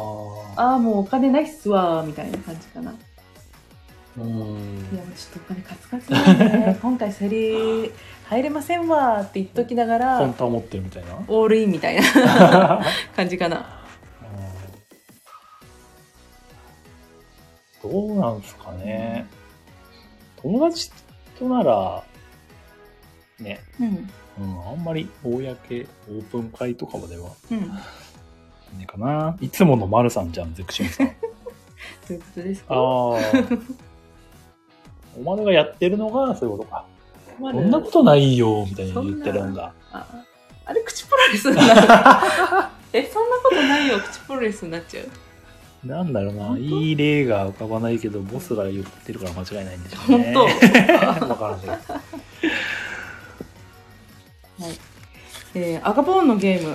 あああ、もうお金ないっすわー、みたいな感じかな。いーうーんや、もうちょっとお金カツカツなんでね、 今回セリ入れませんわーって言っときなが本ら、当は持ってるみたいなオールインみたいな あ感じかな。ーどうなんですかね友達とならね、うん。うん、あんまり公オープン会とかまではうん。どねかないつもの丸さんじゃんゼクシンさんういうことですあかあお前がやってるのがそういうことか困そるんなことないよみたいに言ってるんだああれ、口プロレスにな る。え、そんなことないよ、口プロレスになっちゃう。なんだろうな本当いい例が浮かばないけどボスが言ってるから間違いないんでしょう本ね当。当 わからんけどえー、赤ポーンのゲーム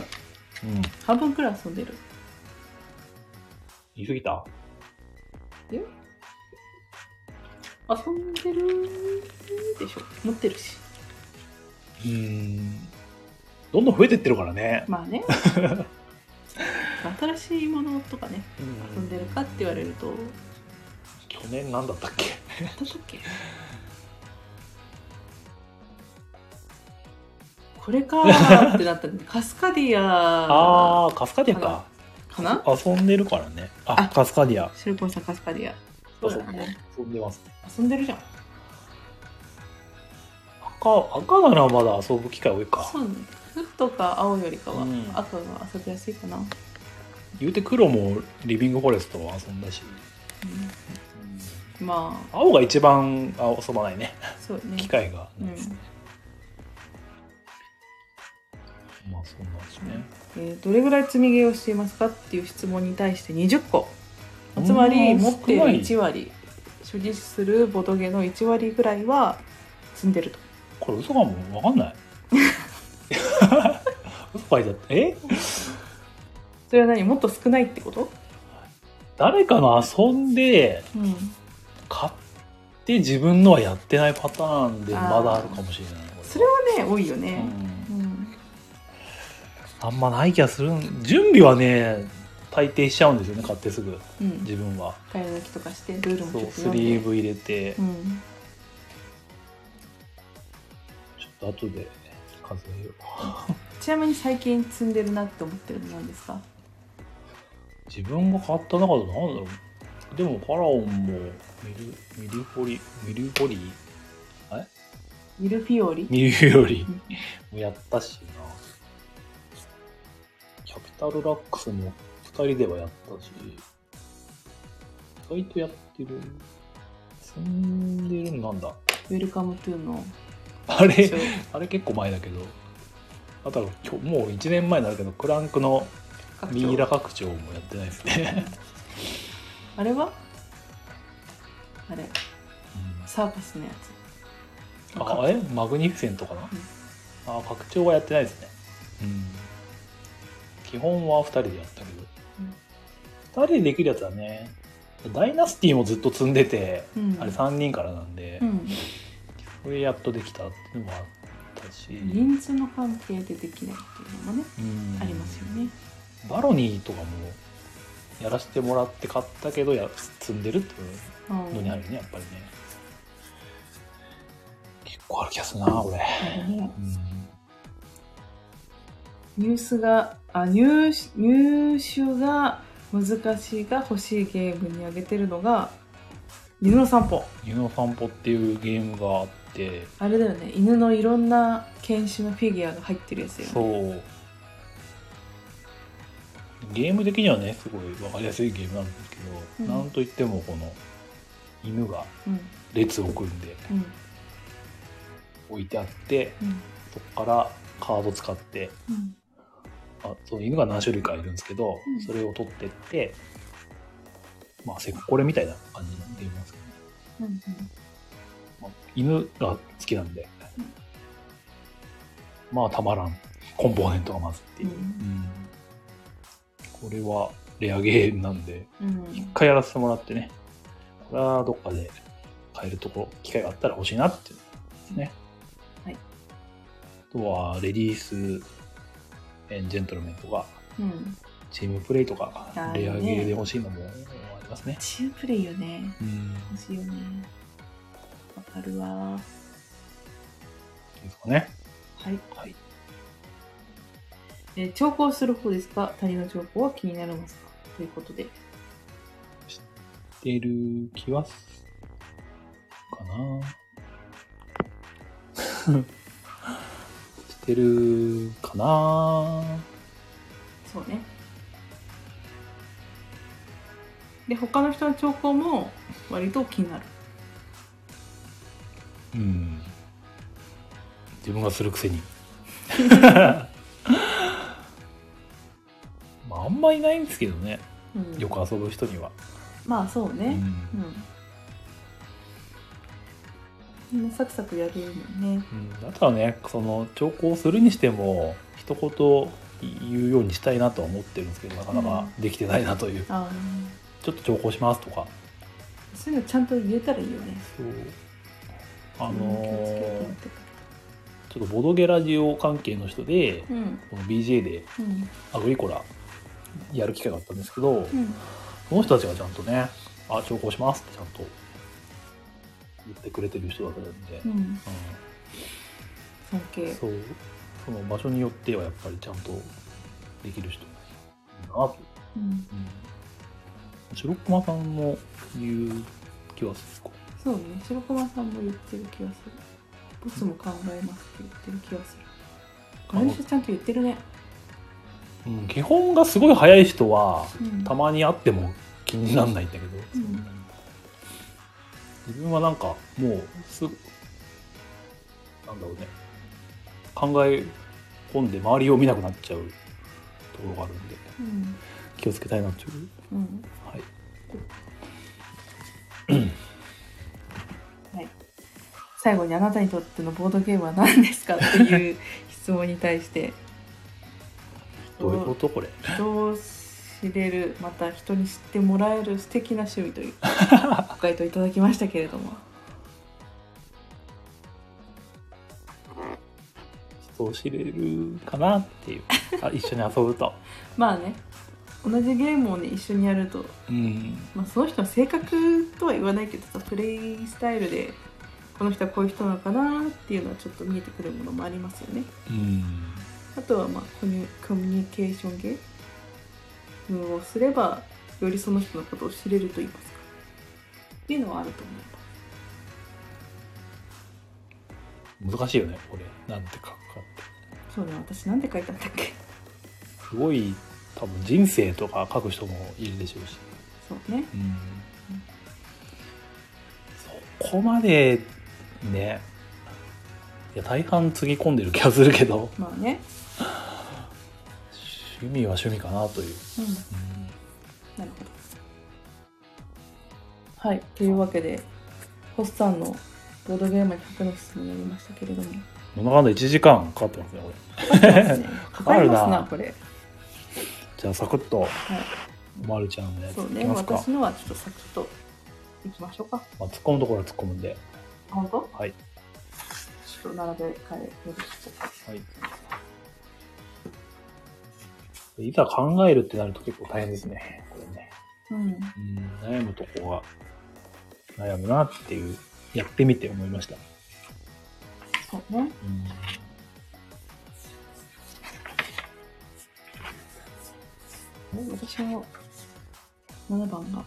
うん半分くらい遊んでる言い過ぎた遊んでるでしょ持ってるしうーんどんどん増えてってるからね、まあね新しいものとかね遊んでるかって言われると去何年なんだったっけだったっけこれかーってなったんでカスカディアああカスカディアかかな遊んでるからねああカスカディアシルポンさんカスカディアそうそそうだね遊んでます遊んでるじゃん赤赤ならまだ遊ぶ機会多いかそうね黒とか青よりかはうん赤が遊びやすいかな、うん言うて黒もリビングフォレストは遊んだし、ま青が一番あ遊ばないねあそうね機会がないですね、まあそうなんですね、えーどれぐらい積みゲーをしていますかっていう質問に対して20個うんつまり持っている少ない1割所持するボドゲの1割ぐらいは積んでるとこれ嘘かも分かん ない嘘書いてあったえそれは何もっと少ないってこと誰かの遊んでうん買って自分のはやってないパターンでまだあるかもしれないこそれはね多いよれはね、うんうんあんまない気がするん準備はね大抵しちゃうんですよね買ってすぐうん自分は買い抜きとかしてルールもそうちょっとス読んでリーブ入れて、うちんょっと後で数えようちなみに最近積んでるなって思ってるのなんですか自分が買った中でなんだろうでも、ファラオンもミル、ミルポリ、ミルポリミルフィオリミルフィオリもやったしな。キャピタルラックスも二人ではやったし、意外とやってる。積んでるのなんだ。ウェルカムトゥーのあれ一、応あれ結構前だけど、あとは今日もう1年前になるけど、クランクの拡張ミイラ拡張もやってないですね。あれはあれうんサーカスのやつあえマグニフィセントかな、あ拡張はやってないですねうん基本は2人でやったけど、2人でできるやつはねダイナスティもずっと積んでて、うんあれ3人からなんで、うんそれやっとできたっていうのもあったし、うん人数の関係でできないっていうのもねありますよねバロニーとかもやらせてもらって買ったけどや積んでるっていうのにあるよねやっぱりね結構ある気がするな俺、うんあれねうんニュースがあ入手入手が難しいが欲しいゲームに挙げてるのが犬の散歩犬の散歩っていうゲームがあって、あれだよね犬のいろんな犬種のフィギュアが入ってるやつよねそうゲーム的にはねすごい分かりやすいゲームなんですけど、うんなんといってもこの犬がうん列を組んでうん置いてあってうんそこからカード使ってうんあそう犬が何種類かいるんですけど、うんそれを取ってってまあせっこれみたいな感じのゲームなんですけど、うんまあ犬が好きなんで、うんまあたまらんコンポーネントがまずっていう。これはレアゲームなんで、うんうん一回やらせてもらってね、これはどっかで買えるところ、機会があったら欲しいなっていうですね。はい。あとは、レディースエンジェントルメンとか、うんチームプレイとかあ、ーいいレねアゲーで欲しいのもありますね。チームプレイよねうん。で欲しいよねわかるわすかね。はい、はい。えー、調校する方ですか他人の調校は気になりますかということで出る気はすかな してるかなそうねで他の人の兆候も割と気になるうん自分がするくせ にまああんまいないんですけどねうんよく遊ぶ人には、まあそううんねうん、みんなサクサクやるもんねうん、あとはねその調校するにしても一言言うようにしたいなとは思ってるんですけどなかなかできてないなという、ああちょっと調校しますとかそういうのちゃんと言えたらいいよねそうあ気をつけてやのっーてちょっとボドゲラジオ関係の人でくうんこの BJ でうんアグリコラやる機会があったんですけど、うんその人たちがちゃんとね「あ調校します」ってちゃんと言ってくれてる人だったんで、ううんん尊敬そうその場所によってはやっぱりちゃんとできる人いいなと、うんうん、白駒さんも言う気はするかそうね白駒さんも言ってる気がするボスも考えますって言ってる気がするこの人ちゃんと言ってるねうん、基本がすごい早い人はうんたまに会っても気にならないんだけど、そんなに自分はなんかもうすぐなんだろうね考え込んで周りを見なくなっちゃうところがあるんでうん気をつけたいなっていう、うんはい、最後にあなたにとってのボードゲームは何ですかっていう質問に対して どういうことこれ人を知れるまた人に知ってもらえる素敵な趣味 というご回答いただきましたけれども人を知れるかなっていうあ一緒に遊ぶと、まあね同じゲームをね一緒にやると、うん、まあ、その人の性格とは言わないけどさプレイスタイルでこの人はこういう人なのかなっていうのはちょっと見えてくるものもありますよねうん、あとはまあコミュコミュニケーションゲームをすればよりその人のことを知れると言いますかっていうのはあると思います難しいよね、これ。なんて書くかって。そうね私なんて書いたんだっけすごい、多分人生とか書く人もいるでしょうし。そうねうんそこまで、ね。いや、大半つぎ込んでる気がするけど、まあね趣味は趣味かなという。うんうんなるほどはいというわけで星さんのボードゲームに100の質問になりましたけれどもなんだかんだ1時間かかってますね、これ。 かかりますねかかるななこれじゃあ、サクッと、はいまるちゃんのやつそういきねますか。私のはちょっとサクッといきましょうかまあ、突っ込むところは突っ込むんで。本当はい。ちょっと並べ替えよろしくはい。いざ考えるってなると結構大変ですね。これね。うんうん、悩むとこが悩むなっていう、やってみて思いました。そうねうん。私も7番が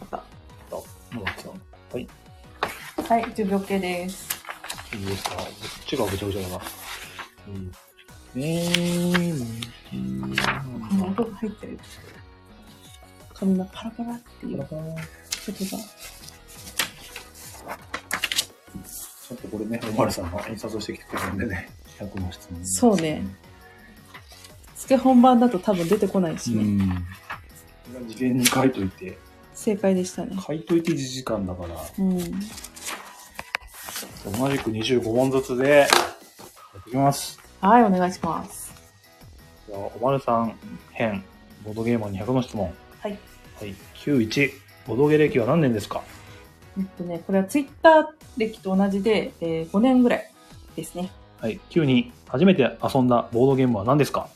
あったあ、もらった。はい10秒計ですいいですか。こっちがぐちゃぐちゃだな。うん。ねえ、うん。もう音が入ってる髪がパラパラっていう音がちょっとこれね、おまるさんが印刷をしてきてくれたんでね、100の質問。そうねつけ本番だと多分出てこないしうね、ん。事前に書いといて、正解でしたね書いといて1時間だから、うん同じく25問ずつで、やっていきます。はいお願いしますではおまるさん編、ボードゲーマー200の質問。はい。はい。91、ボードゲ歴は何年ですかえっとねこれはツイッター歴と同じで、えー5年ぐらいですねはい。92、初めて遊んだボードゲームは何ですか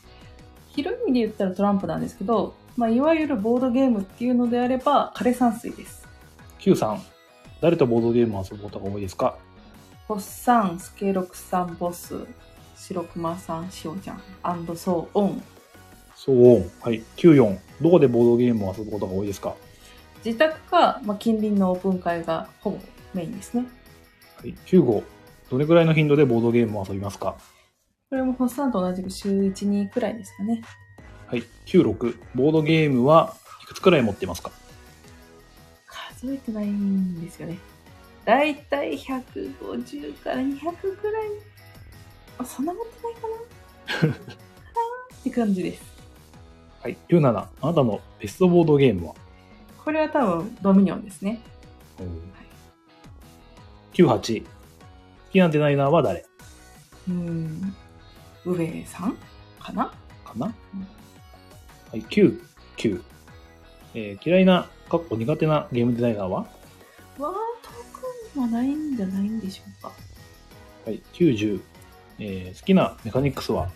広い意味で言ったらトランプなんですけど、まあ、いわゆるボードゲームっていうのであれば枯山水です ?93、誰とボードゲームを遊ぶことが多いですかボスさんスケロクさんボス白熊さんしおちゃんアンドソーオンそう。はい。94、どこでボードゲームを遊ぶことが多いですか自宅か、まあ、近隣のオープン会がほぼメインですねはい。95、どれくらいの頻度でボードゲームを遊びますかこれも星さんと同じく週12くらいですかねはい。96、ボードゲームはいくつくらい持ってますか数えてないんですよねだいたい150から200くらいあそんな持ってないかなかなって感じですはい。17、あなたのベストボードゲームはこれは多分ドミニオンですね98、好きなデザイナーは誰うんウェイさんかなかな、うんはい、9、9。えー嫌いな、かっこ苦手なゲームデザイナーはわあ特にはないんじゃないんでしょうかはい、90。えー好きなメカニクスは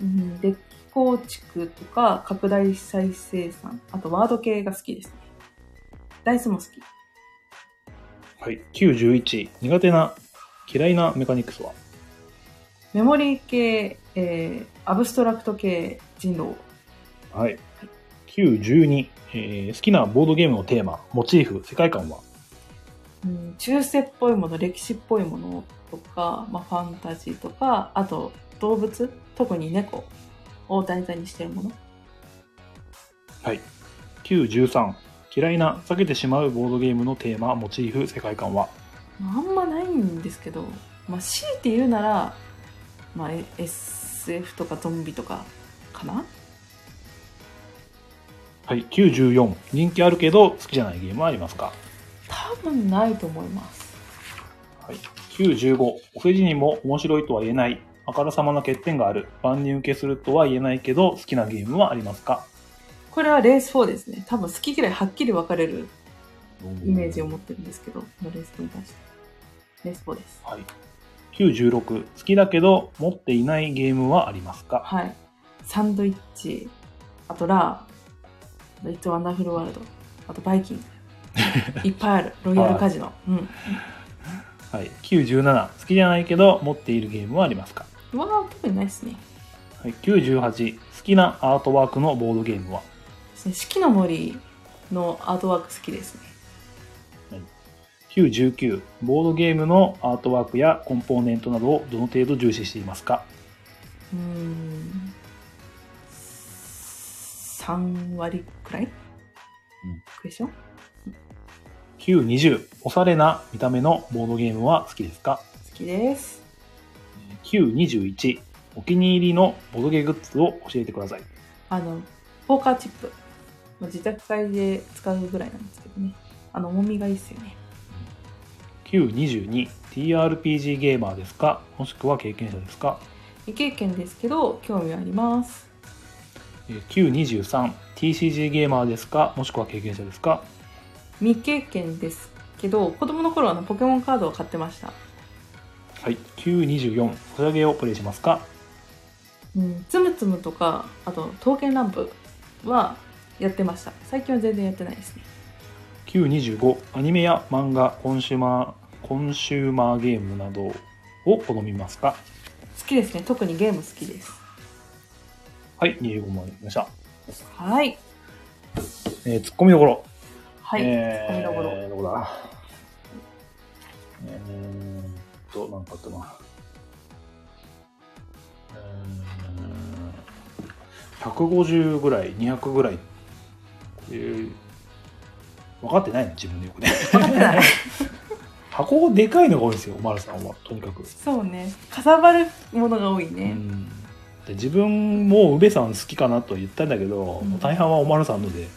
うんデッキ構築とか拡大再生産あとワード系が好きですねダイスも好きはい、91。苦手な、嫌いなメカニクスはメモリー系、えーアブストラクト系人狼はい。92、えー好きなボードゲームのテーマ、モチーフ、世界観はうん中世っぽいもの歴史っぽいものとか、まあ、ファンタジーとかあと動物特に猫を題材にしてるものはい。913、嫌いな、避けてしまうボードゲームのテーマ、モチーフ、世界観はまああんまないんですけど、まあ、強いて言うなら、まあ、え SF とかゾンビとかかなはい、94、人気あるけど好きじゃないゲームはありますか多分ないと思いますはい、95お世辞にも面白いとは言えないあからさまな欠点がある万人受けするとは言えないけど好きなゲームはありますかこれはレース4ですね多分好き嫌いはっきり分かれるイメージを持っってるんですけどこのレース4に関してレース4ですはい、96好きだけど持っていないゲームはありますかはいサンドイッチあとラーイットワンダフルワールドあとバイキングいっぱいあるロイヤルカジノうんはい、97好きじゃないけど持っているゲームはありますかうわあ特にないですねはい、98好きなアートワークのボードゲームはですね四季の森のアートワーク好きですね。 Q19 ボードゲームのアートワークやコンポーネントなどをどの程度重視していますかうーん。3割くらい、クエスチョン Q20 おしゃれな見た目のボードゲームは好きですか好きです。 Q21 お気に入りのボドゲグッズを教えてくださいあの、ポーカーチップ。まあ自宅会で使うぐらいなんですけどね。あの、重みがいいっすよね。 Q22TRPG ゲーマーですかもしくは経験者ですか未経験ですけど、興味あります。えー Q23TCG ゲーマーですかもしくは経験者ですか未経験ですけど、子供の頃あの、ポケモンカードを買ってました。はい Q24 ソシャゲをプレイしますかうん、つむつむとか、あと、刀剣乱舞はやってました。最近は全然やってないですね。 Q25 アニメや漫画コンシューマーコンシューマーゲームなどを好みますか好きですね。特にゲーム好きです。はい25問ありました、はい。えー、ツッコミどころはい。えー、ツッコミどこどこだえーっと、なんかあったな。えー150ぐらい、200ぐらい。えー、分かってないの、自分でよくね。分かってない。 箱でかいのが多いんですよ、おまるさんは、とにかく。そうね。かさばるものが多いうね。んで自分も宇部さん好きかなと言ったんだけど、うん大半はおまるさんので、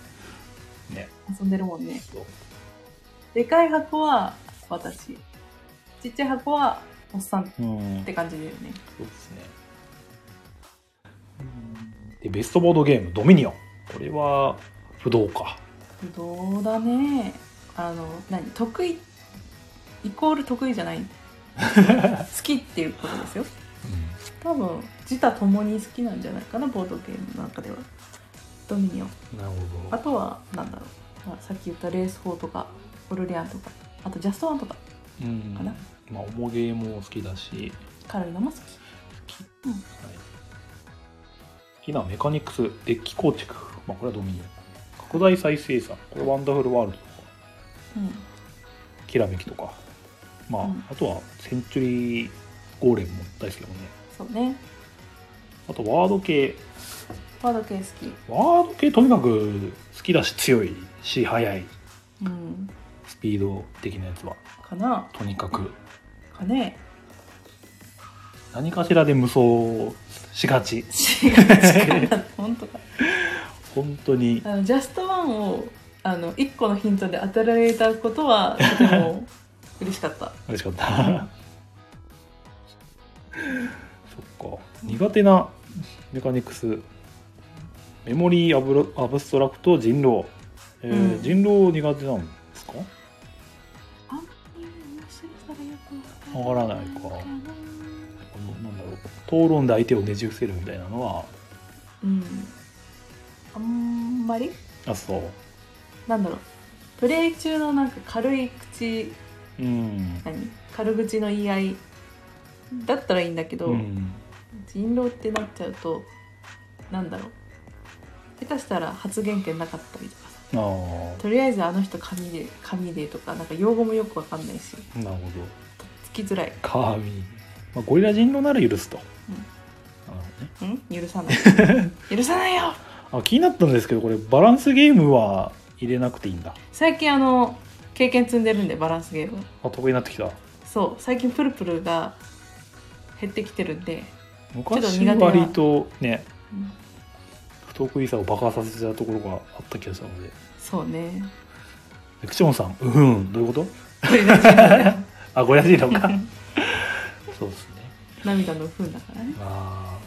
遊んでるもんね。そうでかい箱は私。ちっちゃい箱はおっさんっうん、て感じだよね。そうですね。で、ベストボードゲーム、ドミニオン。これは、不動か。ぶどうだね。あの、何得意、イコール得意じゃない。好きっていうことですよ。多分、自他ともに好きなんじゃないかな、ボードゲームの中では。ドミニオン。なるほあとは、なんだろう。あさっき言ったレース4とか、オルレアンとか、あとジャストワンとか、うんかなまあ、重ゲーも好きだし、軽いのも好き。はい好きなメカニクス、デッキ構築。まあ、これはドミニオン。拡大再生産。これ、ワンダフルワールドとか、うん。きらめきとか。まあ、うんあとは、センチュリーゴーレムも大好きだもんね。そうね。あと、ワード系。ワード系好き。ワード系、とにかく好きだし、強いし、速い。うん、スピード的なやつはかなとにかくかね何かしらで無双しがち違う違う本当か本当にあのジャストワンをあの1個のヒントで当てられたことはとても嬉しかった嬉しかったそっか苦手なメカニクスメモリーアブロアブストラクト人狼、えーうん人狼苦手なんですかあんまり面白さがよくわからないかこのなんだろう討論で相手をねじ伏せるみたいなのはうんあんまりあそうなんだろうプレイ中のなんか軽い口うん、何軽口の言い合いだったらいいんだけど、うん、人狼ってなっちゃうとなんだろう下手したら発言権なかったりとかさああなるとりあえずあの人紙で紙でとかなんか用語もよくわかんないしほどつきづらい、神、まあ、ゴリラ人狼なら許すと、うんなるほどねうん、許さない 許さないよあ気になったんですけどこれバランスゲームは入れなくていいんだ最近あの経験積んでるんでバランスゲームあ得意になってきたそう最近プルプルが減ってきてるんで、ょっと苦昔手な割とねうん不得意さを爆発させたところがあった気がしたのでそう ねクションさんうふんどういうことあゴリラ人狼 かそうですね涙の風だからねあ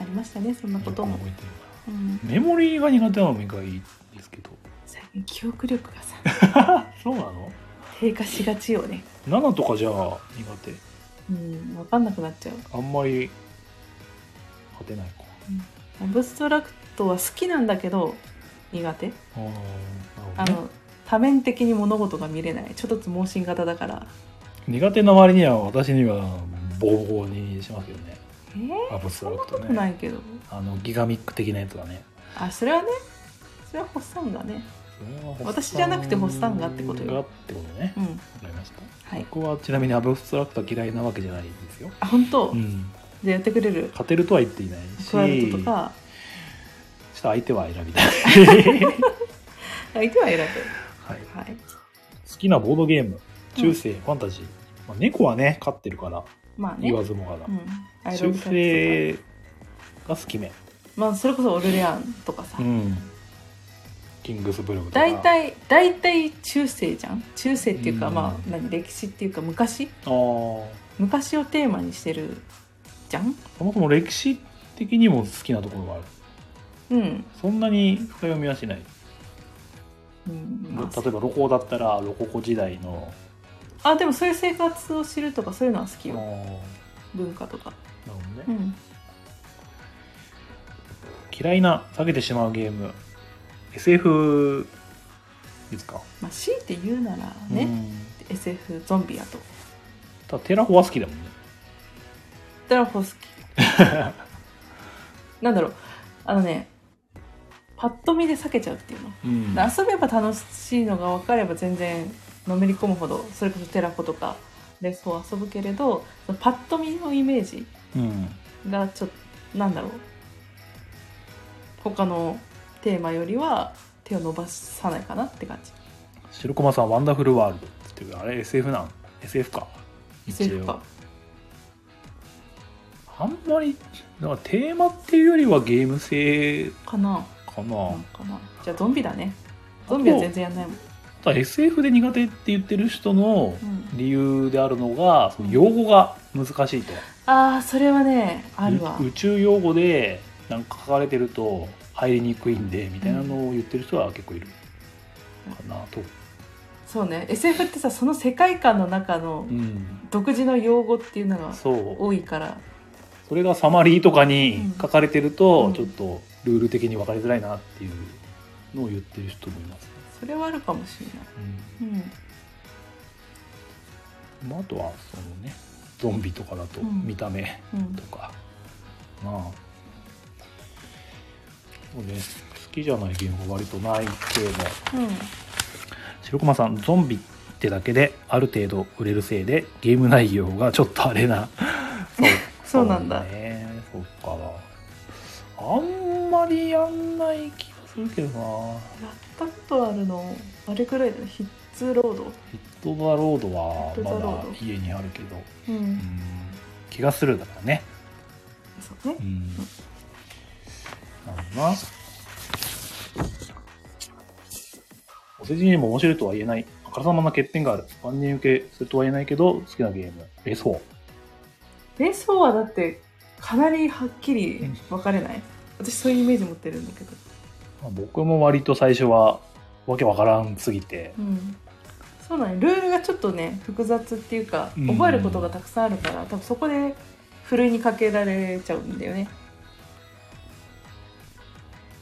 ありましたねそんなあことも、覚えてるうん、なメモリーが苦手なのも意外ですけど最近記憶力がさそうなの低下しがちよね ?7 とかじゃあ苦手うん分かんなくなっちゃうあんまり勝てないかアブストラクトは好きなんだけど苦手あーなるあほどねの多面的に物事が見れないちょっと盲信型だから苦手な割には私にはボーボーにしますけどねえー、アブストラクそんなこトとねないけどあのギガミック的なやつがねあそれはねそれはホッサンだね私じゃなくてホッサンがってことよがってことねう。んわかりました。はい僕はちなみにアブストラクトは嫌いなわけじゃないんですよ。あ本当、うん。じゃあやってくれる勝てるとは言っていないし、ち加えるょとっとか相手は選びたい。相手は選はい。ぶはい好きなボードゲーム、中世、ファンタジー。まあ、猫はね、飼ってるから、まあね言わずもがなう。んアイロ中ンキャッ世が好きめ。トとかまあそれこそオルレアンとかさうん。キングスブルーとか。大体大体中世じゃん中世っていうか、うんまあ何歴史っていうかあ昔あ。そ昔をテーマにしてるじゃんもそも歴史的にも好きなところがある。うん、そんなに深読みはしない。うん例まあえば、ロコだったら、ロココ時代の。あでもそういう生活を知るとかそういうのは好きあーなよる文化とかほどね。うん嫌いな下げてしまうゲーム SF ですかまあ強いて言うならうね、ん SF ゾンビや とただテラフォは好きだもんねドラフォ好きなんだろうあのねパッと見で避けちゃうっていうの、うん遊べば楽しいのが分かれば全然のめり込むほどそれこそテラフォとかレスフォ遊ぶけれどそのパッと見のイメージうんがちょっとなんだろう他のテーマよりは手を伸ばさないかなって感じ白駒さん「ワンダフルワールド」っていうあれ SF なん SF か SF かあんまりなんかテーマっていうよりはゲーム性かなかな、なんかなじゃあゾンビだねゾンビは全然やんないもん、ただ SF で苦手って言ってる人のうん、理由であるのがその用語が難しいとああそれはねあるわ宇宙用語でなんか書かれてると入りにくいんでみたいなのを言ってる人は結構いるかなと、そうね SF ってさその世界観の中のうん、独自の用語っていうのがそう多いからそれがサマリーとかに書かれてるうとんちょっとルール的に分かりづらいなっていうのを言ってる人もいますね、それはあるかもしれない、うんまあ、あとはそのねゾンビとかだとうん見た目うんうんと、か、まあそうね好きじゃないゲームが割とないけどうん、白駒さんゾンビってだけである程度売れるせいでゲーム内容がちょっとあれなそう そうなんだそうねそっかあんまりやんない気がするけどなやったことあるのあれくらいだねヒッツロードヒット・ザ・ロードはヒットザロードまだ家にあるけどうん、うん気がするだからねそうねうんなるなお世辞にも面白いとは言えない。あからさまな欠点がある。万人受けするとは言えないけど、好きなゲーム。レソー。瞑想はだってかなりはっきり分かれない、私そういうイメージ持ってるんだけど、まあ僕も割と最初はわけわからんすぎて、うん、そうなんよルールがちょっとね複雑っていうかうん覚えることがたくさんあるから、多分そこでふるいにかけられちゃうんだよね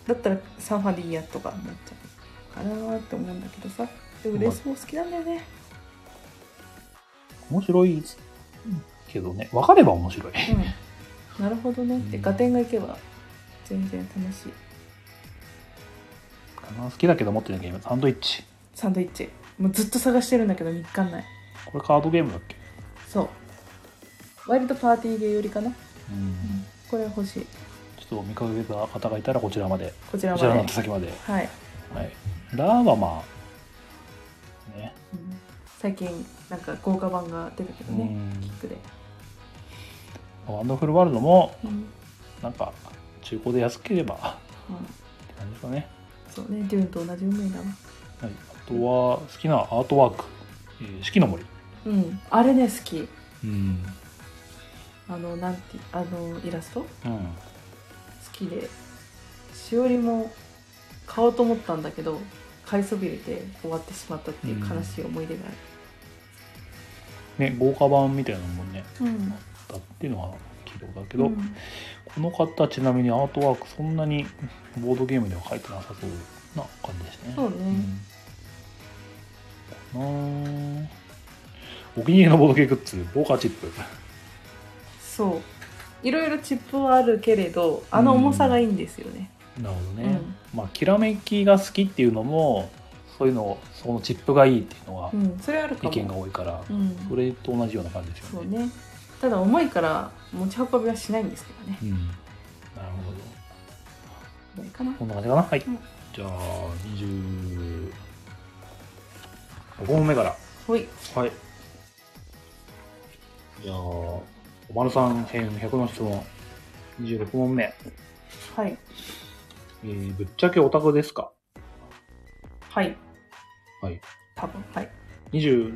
だったらサンファディアとかになっちゃうかなって思うんだけどさでもレースも好きなんだよね、面白いけどね、わかれば面白い。うん、なるほどねってうん合点がいけば全然楽しいあの好きだけど持ってないゲーム、サンドイッチ。サンドイッチもうずっと探してるんだけど見つかんないこれカードゲームだっけそう割とパーティーゲーよりかな、うん。これ欲しいちょっと見かけた方がいたらこちらまで。こちらこまちでらの手先まで。はい、はい。ラーはまあ、ね。うん最近なんか豪華版が出たけどうね、んキックで、ワンダフルワールドも、うんなんか、中古で安ければ、って感じですかね。そうねデューンと同じ運命だわはい。あとは、好きなアートワーク。えー四季の森。うんあれね好きうん。あのなんてあのイラスト好うん。きでしおりも買おうと思ったんだけど買いそびれて終わってしまったっていう悲しい思い出がある、ね、豪華版みたいなのもね、うんだっていうのは聞いたことだけど、この方ちなみにアートワークそんなにボードゲームでは書いてなさそうな感じですね。そうねうんかなあお気に入りのボードゲームグッズボーカーチップ。 そういろいろチップはあるけれどあの重さがいいんですよね、なるほどうね。んまあきらめきが好きっていうのもそういうのをそのチップがいいっていうのはうん、それあるか意も見が多いから、うん、それと同じような感じですそようね。ねただ重いから持ち運びはしないんですけどねうん、なるほどこれかなこんな感じかなはい、うんじゃあ25本目からほいはいじゃあおまるさん編100の質問26問目、えはいーぶっちゃけオタクですかはいはい多分はい27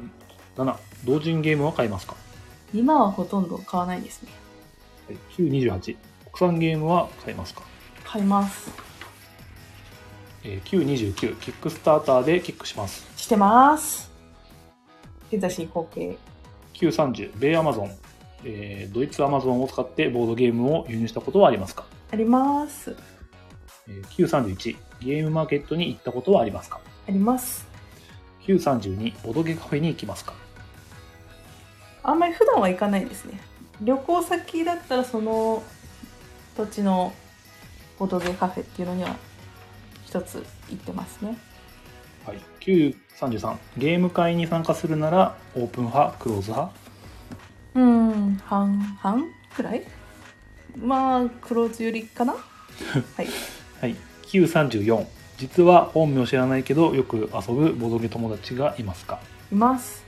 同人ゲームは買いますか今はほとんど買わないですねはい928国産ゲームは買いますか、買いますえー、929キックスターターでキックしますしてます現在進行形930米アマゾン、えードイツアマゾンを使ってボードゲームを輸入したことはありますかありますえー931ゲームマーケットに行ったことはありますかあります932ボドゲカフェに行きますかあんまり普段は行かないですね旅行先だったらその土地のボドゲカフェっていうのには一つ行ってますねはい933ゲーム会に参加するならオープン派クローズ派うん半々くらいまあクローズ寄り かなはいはい934実は本名知らないけどよく遊ぶボドゲ友達がいますか、います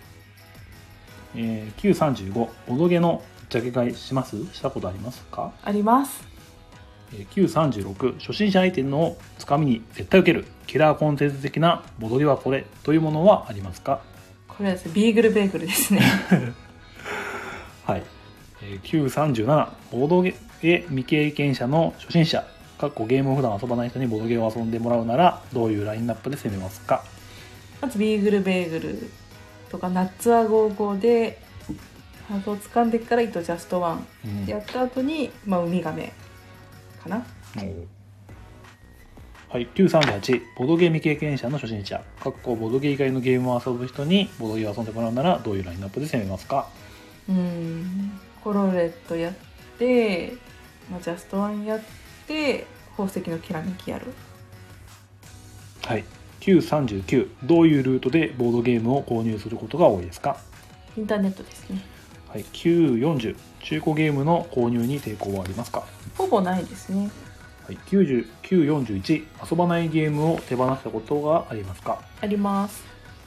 えー935ボドゲのジャケ買いしますしたことありますか、ありますえー936初心者アイテムのつかみに絶対受けるキラーコンテンツ的なボドゲはこれというものはありますかこれはですねビーグルベーグルですね はい、えー937ボードゲー未経験者の初心者かっこゲームを普段遊ばない人にボードゲーを遊んでもらうならどういうラインナップで攻めますかまずビーグルベーグルとかナッツアゴーゴーでハートを掴んでからイトジャストワンうんやった後にまあウミガメかなはい、938ボードゲー未経験者の初心者かっこボードゲー以外のゲームを遊ぶ人にボードゲーを遊んでもらうならどういうラインナップで攻めますかうんコロレットやって、まあ、ジャストワンやって宝石のきらめきやるはい939どういうルートでボードゲームを購入することが多いですかインターネットですねはい940中古ゲームの購入に抵抗はありますかほぼないですねはい、90 941遊ばないゲームを手放したことがありますかあります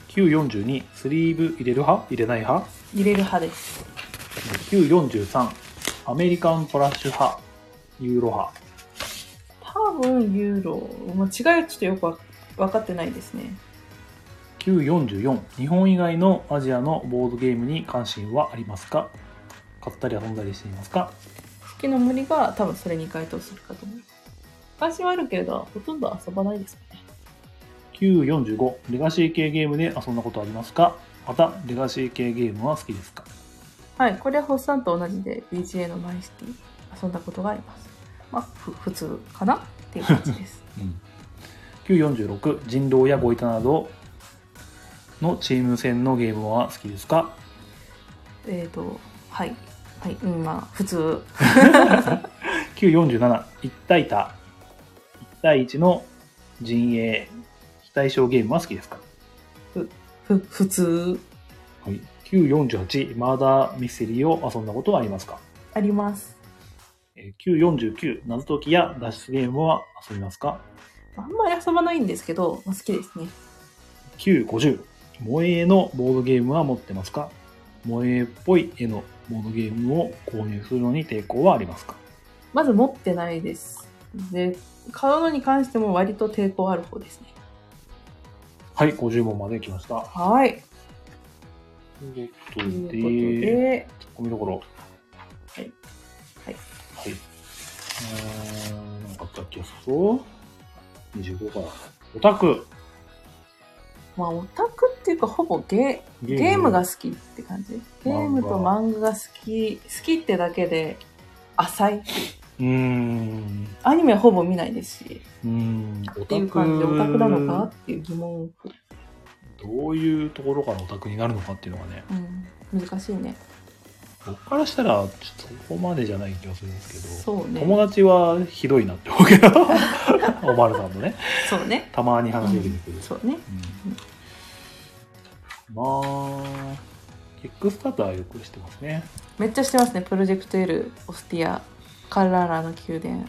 942スリーブ入れる派入れない派入れる派です943アメリカントラッシュ派ユーロ派多分ユーロ、まあ、違いはちょっとよくわ分かってないですね944日本以外のアジアのボードゲームに関心はありますか買ったり遊んだりしていますか月の森が多分それに該当するかと思います関心はあるけれどほとんど遊ばないですね945レガシー系ゲームで遊んだことありますかまたレガシー系ゲームは好きですかはいこれはホッサンと同じで BGA のマイシティ遊んだことがありますまあふ普通かなっていう感じ です946人狼やゴイタなどのチーム戦のゲームは好きですかえっとはいはいうんまあ普通9471対多1対1の陣営非対称ゲームは好きですか、ふ普通はい、948マーダーミステリーを遊んだことはありますかありますえー949謎解きや脱出ゲームは遊びますかあんまり遊ばないんですけど、まあ、好きですね950萌え絵のボードゲームは持ってますか萌え絵っぽい絵のボードゲームを購入するのに抵抗はありますかまず持ってないですで買うのに関しても割と抵抗ある方ですねはい、50問まで来ました。はいということとで、いうことでツッコミどころ。はい。ははい。い。うーん、なんかあったっけそう ?25 から。オタクまあオタクっていうかほぼゲゲゲームが好きって感じゲームと漫画が好き好きってだけで浅いうーん。アニメはほぼ見ないですしうーん。オタクっっていう感じでオタクなのかっていう疑問、どういうところからオタクになるのかっていうのがね、うん、難しいね僕からしたら、ちょっとそこまでじゃない気がするんですけど、そうね友達はひどいなって思う けど、おまるさんとね、そうねたまに話が出てくる。そうねうんまあ、キックスターターはよくしてますね。めっちゃしてますねプロジェクト L オスティアカッラーラの宮殿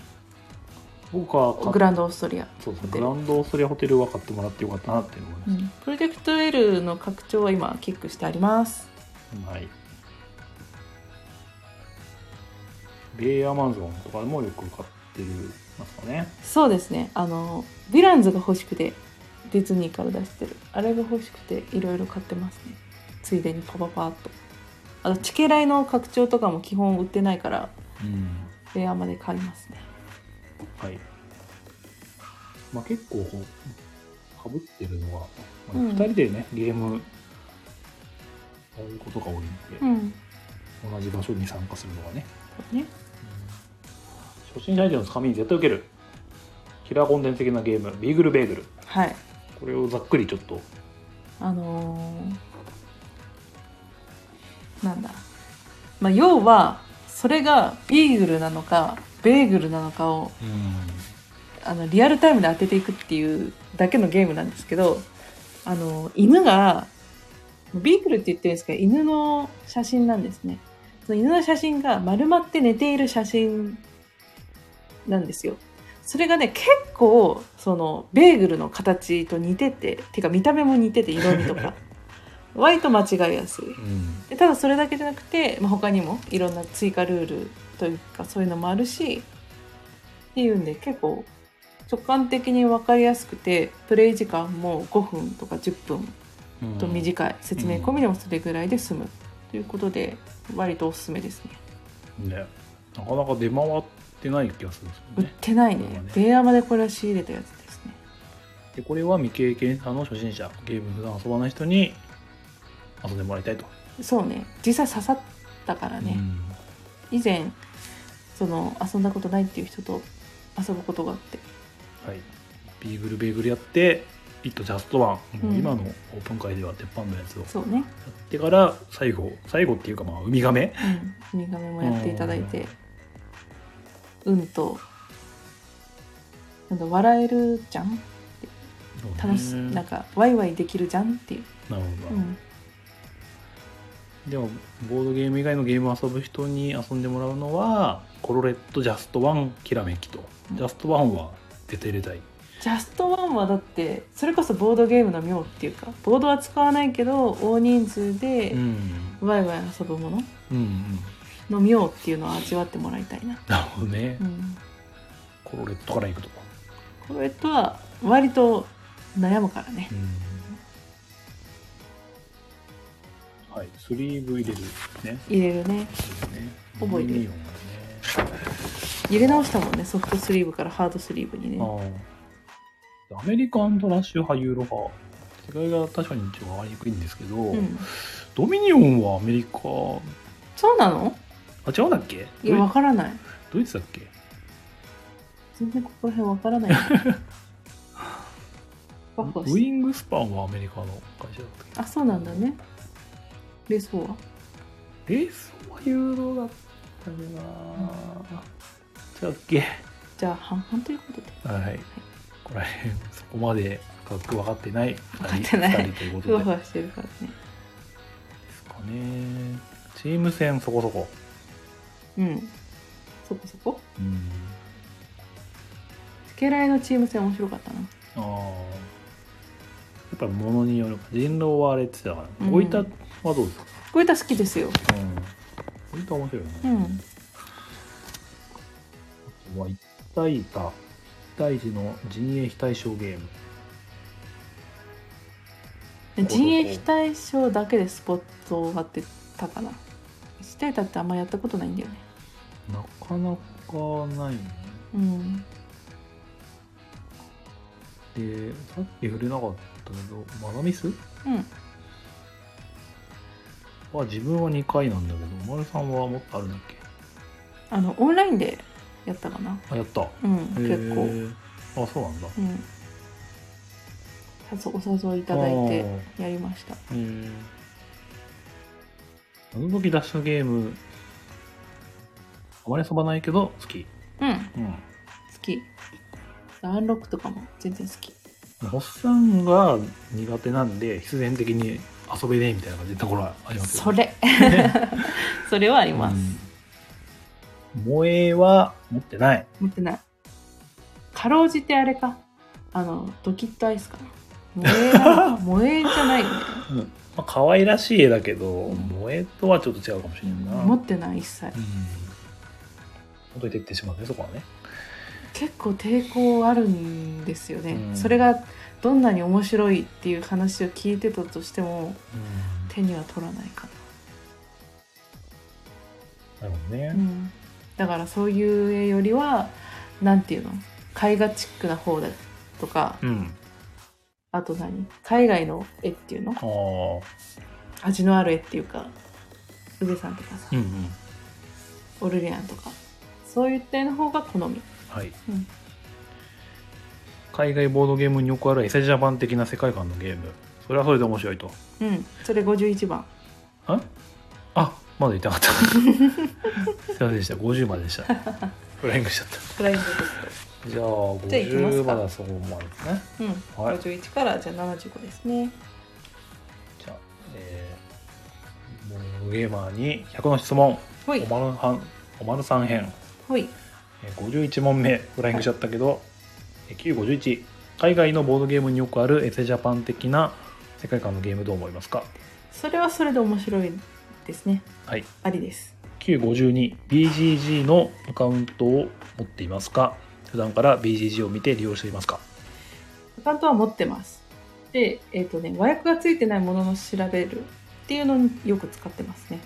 僕はグランドオーストリア、そうですホね、グテルランドオーストリアホテルは買ってもらってよかったなっていうのがうね、ん、プロジェクト L の拡張は今キックしてありますはい。ベイアマンゾンとかもよく買ってるますかね。そうですねあのヴィランズが欲しくてディズニーから出してるあれが欲しくていろいろ買ってますねついでにパパパーっとあとチケライの拡張とかも基本売ってないからうん。レアまで買いますねはい。まあ結構こう、かぶってるのは、まあうん2人でね、ゲーム、こういうことが多いんで、うん同じ場所に参加するのがね。そうね初心者相手のつかみに絶対受ける。キラーコンテンツ的なゲーム、ビーグルベーグル。はいこれをざっくりちょっと、あのーなんだまあ要はそれがビーグルなのかベーグルなのかをあのリアルタイムで当てていくっていうだけのゲームなんですけどあの犬がビーグルって言ってるんですけど犬の写真なんですねその犬の写真が丸まって寝ている写真なんですよそれがね結構そのベーグルの形と似てててか見た目も似てて色味とか割と間違いやすいうん。でただそれだけじゃなくて、まあ、他にもいろんな追加ルールというかそういうのもあるしっていうんで結構直感的に分かりやすくてプレイ時間も5分とか10分うんと短い、説明込みでもそれぐらいで済むということで割とおすすめですねね、なかなか出回ってない気がするんです売よっね。てないねこれはねベアまでこれは仕入れたやつですねでこれは未経験者の初心者、ゲーム普段遊ばない人に遊んでもらいたいと。そうね実際刺さったからね、以前その遊んだことないっていう人と遊ぶことがあってうんはい。ビーグルベーグルやって、イットジャストワン、うん今のオープン会では鉄板のやつをやそうねってから最後、最後っていうかまあウミガメ、うん、ウミガメもやっていただいて、うんと、なんだ、笑えるじゃん楽し、うんなんか、ワイワイできるじゃんっていう。なるほうど、ん、でもボードゲーム以外のゲームを遊ぶ人に遊んでもらうのはコロレットジャストワンきらめきと、ジャストワンは絶対入れたいジャストワンはだって、それこそボードゲームの妙っていうか、ボードは使わないけど、大人数でうん、ワイワイ遊ぶものうんうんの妙っていうのを味わってもらいたいな。なるほどね、うん、コロレットから行くとこれとは、割と悩むからね。はいスリーブ入れるね入れるね。覚えてるミニオン入れ直したもんね、ソフトスリーブからハードスリーブにね。がねあーアメリカントラッシュ派ユーロ派違いが確かに一応分かりにくいんですけど、うん、ドミニオンはアメリカそうなのあ違うんだっけいや、わからない。ドイツだっけ全然ここら辺 わからない。ワクワクウしィングスパンはアメリカの会社だったっあ、そうなんだね。レース4はけレースはユーロだったよな違うっけじゃあ半々ということで。はい。これ、そこまで深く分かってない分かっ2人てない人というこふわとふでわしてるからね。すかね。チーム戦そこそこ。うん。そこそこ。うん。つけらいのチーム戦面白かったな。ああ。やっぱり物によるか。人狼はあれって言ってたかうら。ん置いたはどうですかこういった好きですよ。うん。置いた面白いよね。うんあとは一対多。一対一の陣営非対称ゲーム。陣営非対称だけでスポットを当てたかな。1対だってあんまやったことないんだよね。なかなかないね。うん。で、さっき触れなかったけど、マダミスうん。は自分は2回なんだけど、丸さんはもっとあるんだっけあの、オンラインでやったかな。あ、やった。うん。結構。構。あ、そうなんだ。いうん、お誘いいただいてやりましたなるその時出したゲーム、あまり遊ばないけど好き。うん好うん。きダンロックとかも全然好きおっさんが苦手なんで、必然的に遊べねえみたいな感じのところはありますそれ それはああります、萌えは持ってない。持ってないかろうじてあれかあのドキッとアイ スかな萌えなのか萌えじゃないよねうん。まあ、可愛らしい絵だけど、萌えとはちょっと違うかもしれんな。持ってない一切うん。ほどいていってしまうね、そこはね。結構抵抗あるんですよね、うんそれがどんなに面白いっていう話を聞いてたとしてもうん。手には取らないかなるほどな、ねう。ん、だからそういう絵よりはなんていうの絵画チックな方だとかうん。あと何海外の絵っていうのああ。味のある絵っていうか宇部さんとかさうんうん。オルリアンとかそういった絵の方が好みはい。うん海外ボードゲームによくあるエセジャパン的な世界観のゲーム。それはそれで面白いと。うんそれ51番 ああまだ言ってな かったすいませんでした50まででしたフライングしちゃっフライングテたじゃあじゃあ行きます50かまでそこまでですねストうん、はい51からじゃあ75ですねじゃあえー、ボードゲーマーに100の質問ほいおまるはんおまるさん編ほいえー51問目フライングしちゃったけど、えー951海外のボードゲームによくあるエセジャパン的な世界観のゲームどう思いますかそれはそれで面白いですねはいありです 952BGG のアカウントを持っていますか普段から BGG を見て利用していますかアカウントは持ってますでえっ、とね和訳がついてないものの調べるっていうのによく使ってますね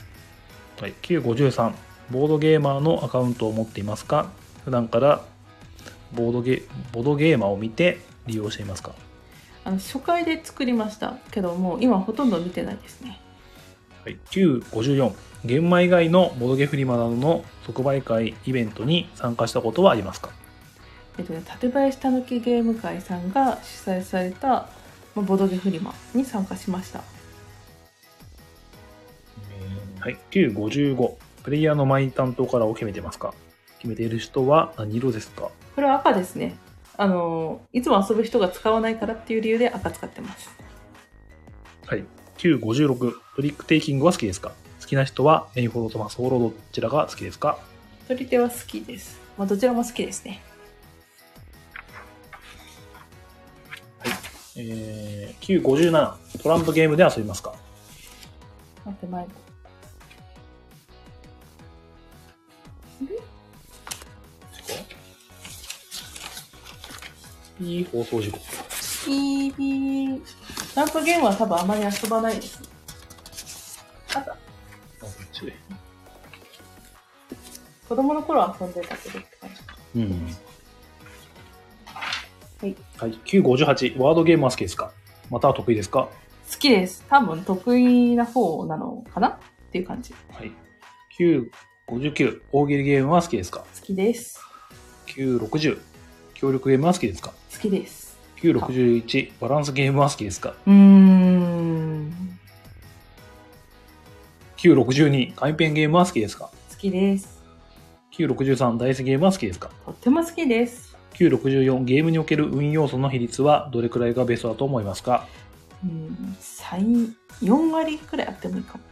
はい、953ボードゲーマーのアカウントを持っていますか普段からボードゲボードゲーマーを見て利用していますかあの初回で作りましたけども今ほとんど見てないですねはい、954現場以外のボードゲフリマなどの即売会イベントに参加したことはありますかえっとね、館林たぬきゲーム会さんが主催された、まあ、ボドゲフリマに参加しましたはい、955プレイヤーのマイ担当カラーを決めてますか決めている人は何色ですかこれは赤ですねあのいつも遊ぶ人が使わないからっていう理由で赤使ってますはい。956、トリックテイキングは好きですか好きな人はメインフォローとマスフォローどちらが好きですか取り手は好きです、まあ、どちらも好きですねえー、957、トランプゲームで遊びますか待って前いい放送事故。いいーランプゲームは多分あまり遊ばないです子供の頃は遊んでたけどって感じうん。はい。はい。958、ワードゲームは好きですかまたは得意ですか好きです多分得意な方なのかなっていう感じ好はい。959、大喜利ゲームは好きですかきです960、協力ゲームは好きですか好きです961、バランスゲームは好きですかうーん962、紙ペンゲームは好きですか好きです963ダイスゲームは好きですかとっても好きです。 964ゲームにおける運用素の比率はどれくらいがベストだと思いますかうん、最4割くらいあってもいいかも。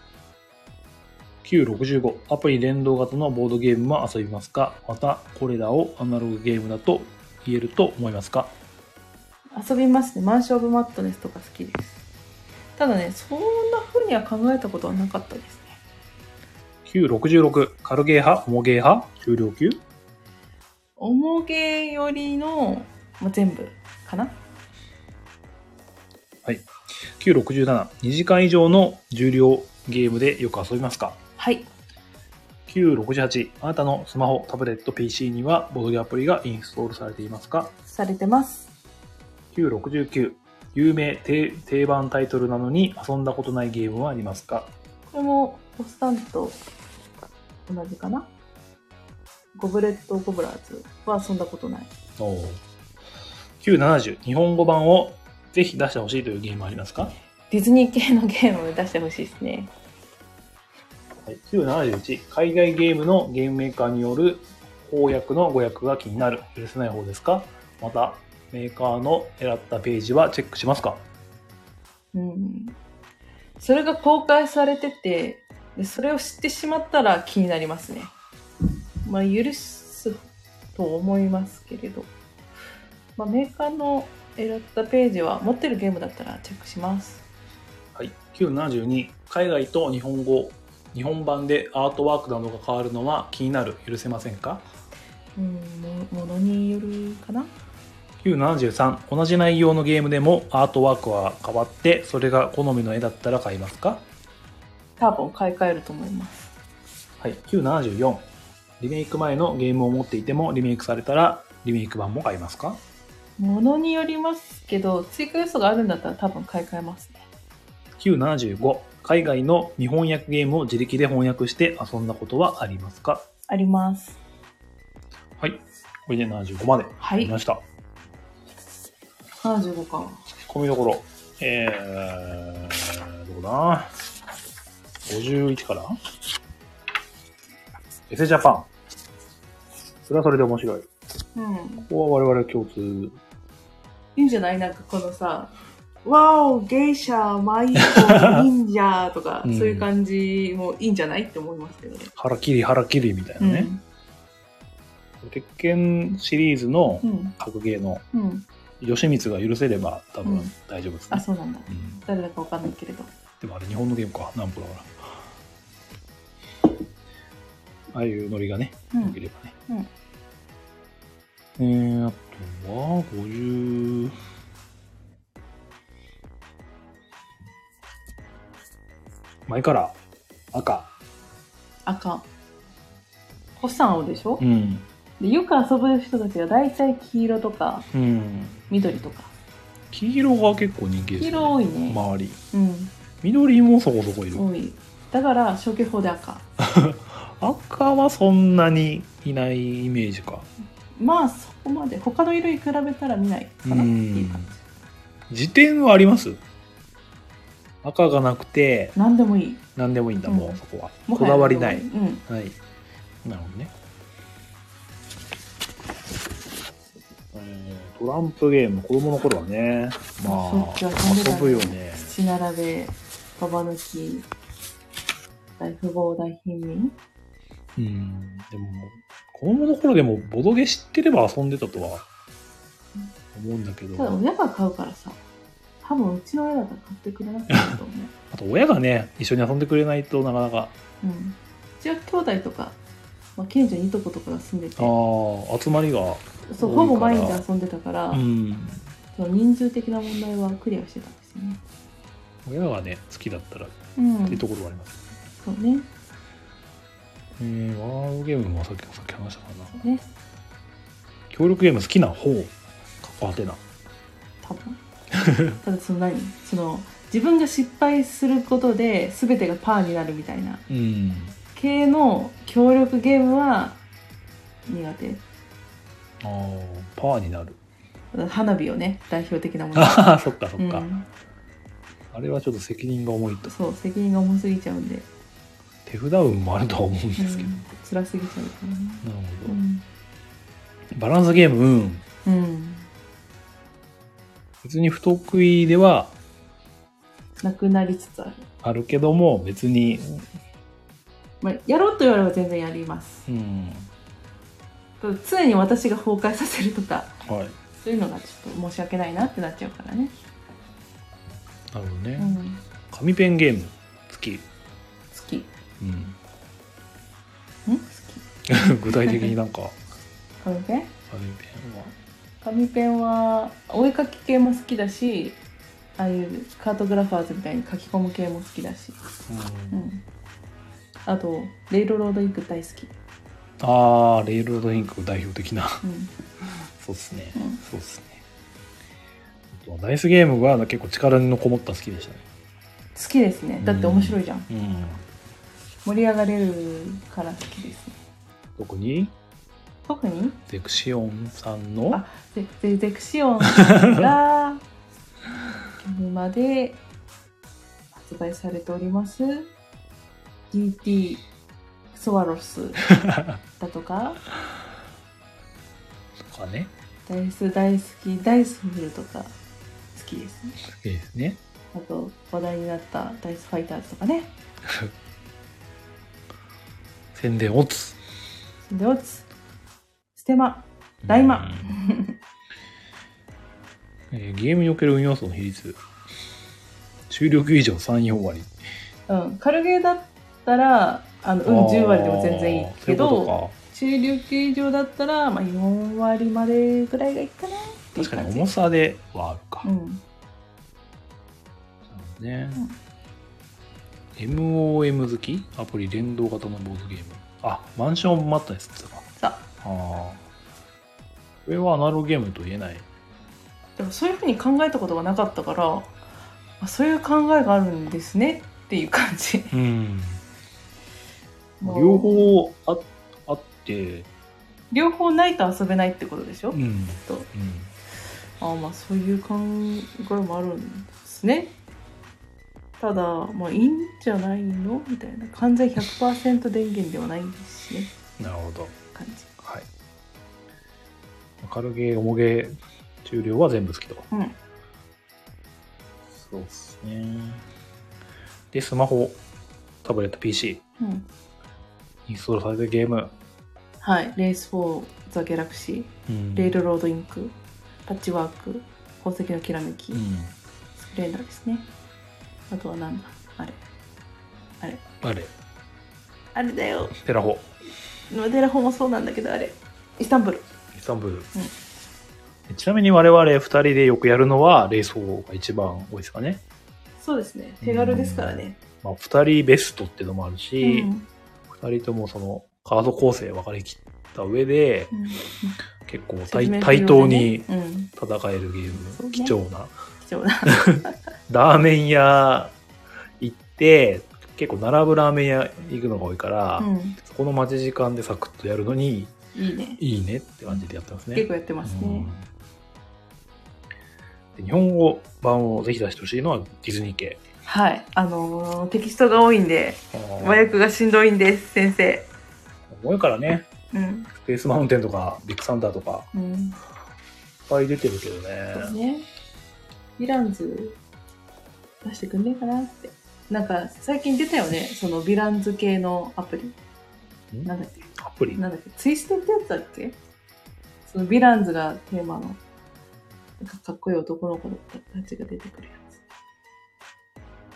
965アプリ連動型のボードゲームは遊びますかまたこれらをアナログゲームだと言えると思いますか遊びますね。マンション・オブ・マットネスとか好きです。ただね、そんな風には考えたことはなかったですね。 966軽ゲー派重ゲー派重量級重げよりの、まあ、全部かな9672時間以上の重量ゲームでよく遊びますかはい。 968あなたのスマホタブレット PC にはボードゲームアプリがインストールされていますかされてます。 969有名定定番タイトルなのに遊んだことないゲームはありますかこれも、おっさんと同じかなゴブレット・ゴブラーズは遊んだことない。 970日本語版をぜひ出してほしいというゲームはありますかディズニー系のゲーム出してほしいですね。はい、971、海外ゲームのゲームメーカーによる翻訳の誤訳が気になる。許せない方ですかまた、メーカーの狙ったページはチェックしますかうん、それが公開されててでそれを知ってしまったら気になりますねまあ許すと思いますけれど、まあ、メーカーの選ったページは持ってるゲームだったらチェックしますはい、972海外と日本語日本版でアートワークなどが変わるのは気になる許せませんかうんもものによるかな973同じ内容のゲームでもアートワークは変わってそれが好みの絵だったら買いますか多分買い替えると思いますはい974リメイク前のゲームを持っていてもリメイクされたらリメイク版も買いますかものによりますけど追加要素があるんだったら多分買い替えますね975海外の日本訳ゲームを自力で翻訳して遊んだことはありますかありますはいこれで75まではありいました、 75か込みどころ、えー、どうだ ?51 からエセジャパン。それはそれで面白い。うんここは我々共通。いいんじゃないなんかこのさ、わお、ゲイシャ、マイコ、忍者とか、うんそういう感じもいいんじゃないって思いますけどね。腹切り腹切りみたいなね。鉄拳シリーズのうん。うん。格ゲーのうん。吉光が許せれば多う分ん大丈夫ですあ、ね。そうなんだ。うん誰だかわかんないけれど。でもあれ日本のゲームか、ナンプだから。ああいうノリがね、うよけん。ればね。えー、あとは、50。前から、赤。赤。コッサン青でしょ、ん。でよく遊ぶ人たちが大体黄色とかうん。緑とか。黄色が結構人気です、ね。黄色多いね。周り。うん。緑もそこそこいる。多い。だから、消去法で赤。赤はそんなにいないイメージか。まあ、そこまで。他の色に比べたら見ないかなっていう感辞典はあります赤がなくて、じ。なんでもいい。何でもいいんだ、うんもうそこは。もこはやだわりない。うん。はい。なるほどね。えートランプゲーム、子供の頃はね、まあ、しょっちゅう遊んでた遊ぶよね。土並べ、ババ抜き、大富豪、大貧民。うん。でも、子供の頃でも、ボドゲ知ってれば遊んでたとは思うんだけただど、親が買うからさ、多分うちの親だったら買ってくれなかったと思う。あと親がね、一緒に遊んでくれないとなかなか、うん。うちは兄弟とか、まあ、近所にいとことかが住んでて、ああ、集まりが、そう、多ほいぼから毎日遊んでたから、うん。その人数的な問題はクリアしてたんですよね。親がね、好きだったらっうんていう。ところはあります。そうね。えー、ワードゲームもさっき、さっき話したかな。そうね。協力ゲーム好きな方、過去はてな。多分。ただその何その、自分が失敗することで全てがパーになるみたいな。うん。系の協力ゲームは苦手あーパーになる。花火をね代表的なものああ、そっかそっうか、ん、あれはちょっと責任が重いと。そう責任が重すぎちゃうんで、手札運もあるとは思うんでうんすけど。辛すぎちゃうからねなるほうど、ん、バランスゲーム、うん。うん、別に不得意ではなくなりつつある、あるけども、別に、まあ、やろうと言われば全然やりますうん。ただ常に私が崩壊させるとかはい。そういうのがちょっと申し訳ないなってなっちゃうからね、なるほどうね。ん、紙ペンゲーム、好き。好きんうん。好き具体的になんか、紙ペン紙ペンは。紙ペンはお絵かき系も好きだしああいうカートグラファーズみたいに書き込む系も好きだしうんうんあとレイルロードインク大好き、ああ、レールロードインク代表的な。うんそうっすね。うんそうっすね。あとはダイスゲームが結構力のこもった好きでしたね。好きですねだって面白いじゃん、うん。盛り上がれるから好きですね特に、特にゼクシオンさんのあ、ゼゼゼクシオンが ゲームまで発売されております GT スワロスだとかとかね。ダイス大好きダイスフルとか好きですねいいですね。あと話題になったダイスファイターズとかね宣伝オツ。でおつステマ大魔うんえーゲームにおける運要素の比率。終了級以上3、4割。うん軽ゲーだったらあのうん10割でも全然いいけあーそういうどこ中流級以上だったら、まあ、4割までぐらいがいいかなっとていうか確か感にじ重さではあるか。うんそうね、MOM 好きアプリ連動型のボードゲームあマンションマットネスってかさああーこれはアナログゲームと言えないでもそういうふうに考えたことがなかったからあそういう考えがあるんですねっていう感じうんもう両方ああって両方ないと遊べないってことでしょ、うん、うん、とああまあそういう考えもあるんですねただまあいいんじゃないのみたいな完全100%電源ではないんですしねなるほど感じはい軽ゲー重ゲー重量は全部好きとうんそうですねでスマホタブレット PC うんインストールされてるゲーム、はいレース4ザ・ギャラクシーうんレールロードインクパッチワーク宝石のきらめき、うんスプレンダーですねあとはなんだあれあれあれだよテラホマデラホもそうなんだけどあれイスタンブルイスタンブル、ちなみに我々2人でよくやるのはレース4が一番多いですかね、そうですね手軽ですからね、まあ、2人ベストっていうのもあるうし、ん2人ともそのカード構成分かりきった上でうん結構説対,、明不要でね対等にうん、戦えるゲーそうム、ね貴重な貴重なラーメン屋行って結構並ぶラーメン屋行くのが多いから、うんそこの待ち時間でサクッとやるのにいいねいいねって感じでやってますね結構やってますね、うんで日本語版をぜひ出してほしいのはディズニー系はいあのーテキストが多いんで和訳がしんどいんです先生重いからねうんスペースマウンテンとかビッグサンダーとかうんいっぱい出てるけどねそうねイランズ出してくんねえかなってなんか最近出たよねそのヴィランズ系のアプリんなんだっけアプリなんだっけツイステってやつだっけそのヴィランズがテーマのなんかかっこいい男の子たちが出てくるや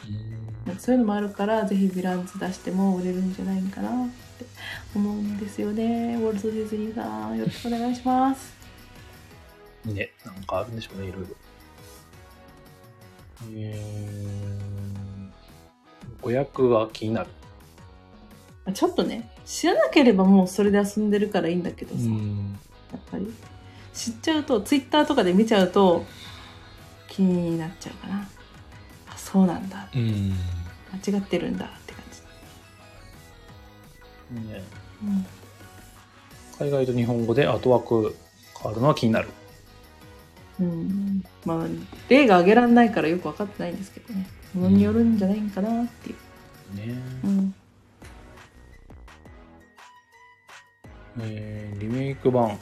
つなんかそういうのもあるからぜひヴィランズ出しても売れるんじゃないかなって思うんですよねウォルト・ディズニーさんよろしくお願いしますねなんかあるんでしょうねいろいろうん語訳が気になるまあちょっとね知らなければもうそれで遊んでるからいいんだけどさ、やんっぱり知っちゃうとツイッターとかで見ちゃうと気になっちゃうかなあそうなんだうん間違ってるんだって感じ、ねうん、海外と日本語で後枠変わるのは気になるうん、まあ例が挙げられないからよく分かってないんですけどねものによるんじゃないかなっていう、ねうん、えーリメイク版。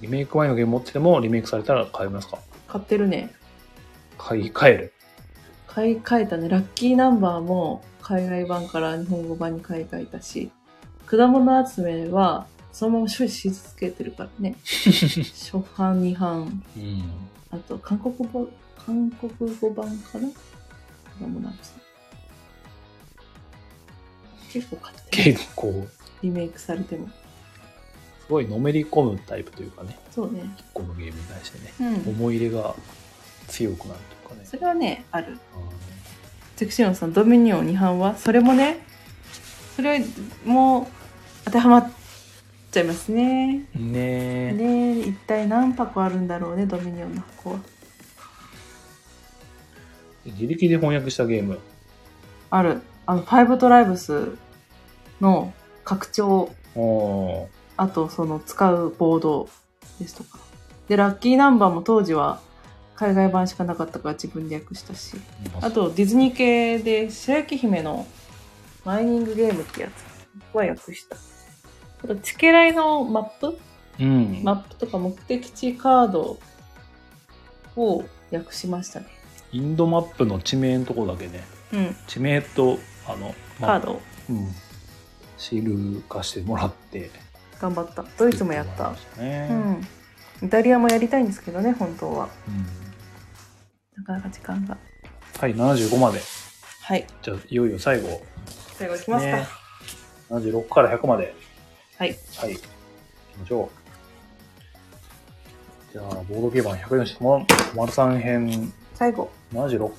リメイク前のゲーム持っててもリメイクされたら買いますか買ってるね買い替える。買い替えたねラッキーナンバーも海外版から日本語版に買い替えたし果物集めはそのまま処理し続けてるから ね初版2版うん。あと韓国語韓国語版かな果物集め結構買ってる結構、リメイクされてもすごいのめり込むタイプというかね、そうね一個のゲームに対してね、うん思い入れが強くなるというかねそ。れはねあるセクシオンさんドミニオン2版はそれもねそれも当てはまっちゃいますねうんねえ、ねえ一体何箱あるんだろうねドミニオンの箱は自力で翻訳したゲーム。あるあのファイブトライブスの拡張おあとその使うボードですとかでラッキーナンバーも当時は海外版しかなかったから自分で訳したしまあとディズニー系で「白雪姫のマイニングゲーム」ってやつは訳したあとチケライのマップうん。マップとか目的地カードを訳しましたねインドマップの地名のとこだけね。うん地名と、あの、カまードをうん。シール化してもらって。頑張ったドイツもやっ作たてもらいましたうね。んイタリアもやりたいんですけどね本当はうんなかなか時間がはい、75まで。はいじゃあ、いよいよ最後。最後いきますか、ね76から100まで。はいはい。行きましょう。じゃあ、ボードゲーマー140問、丸さん編最後うん76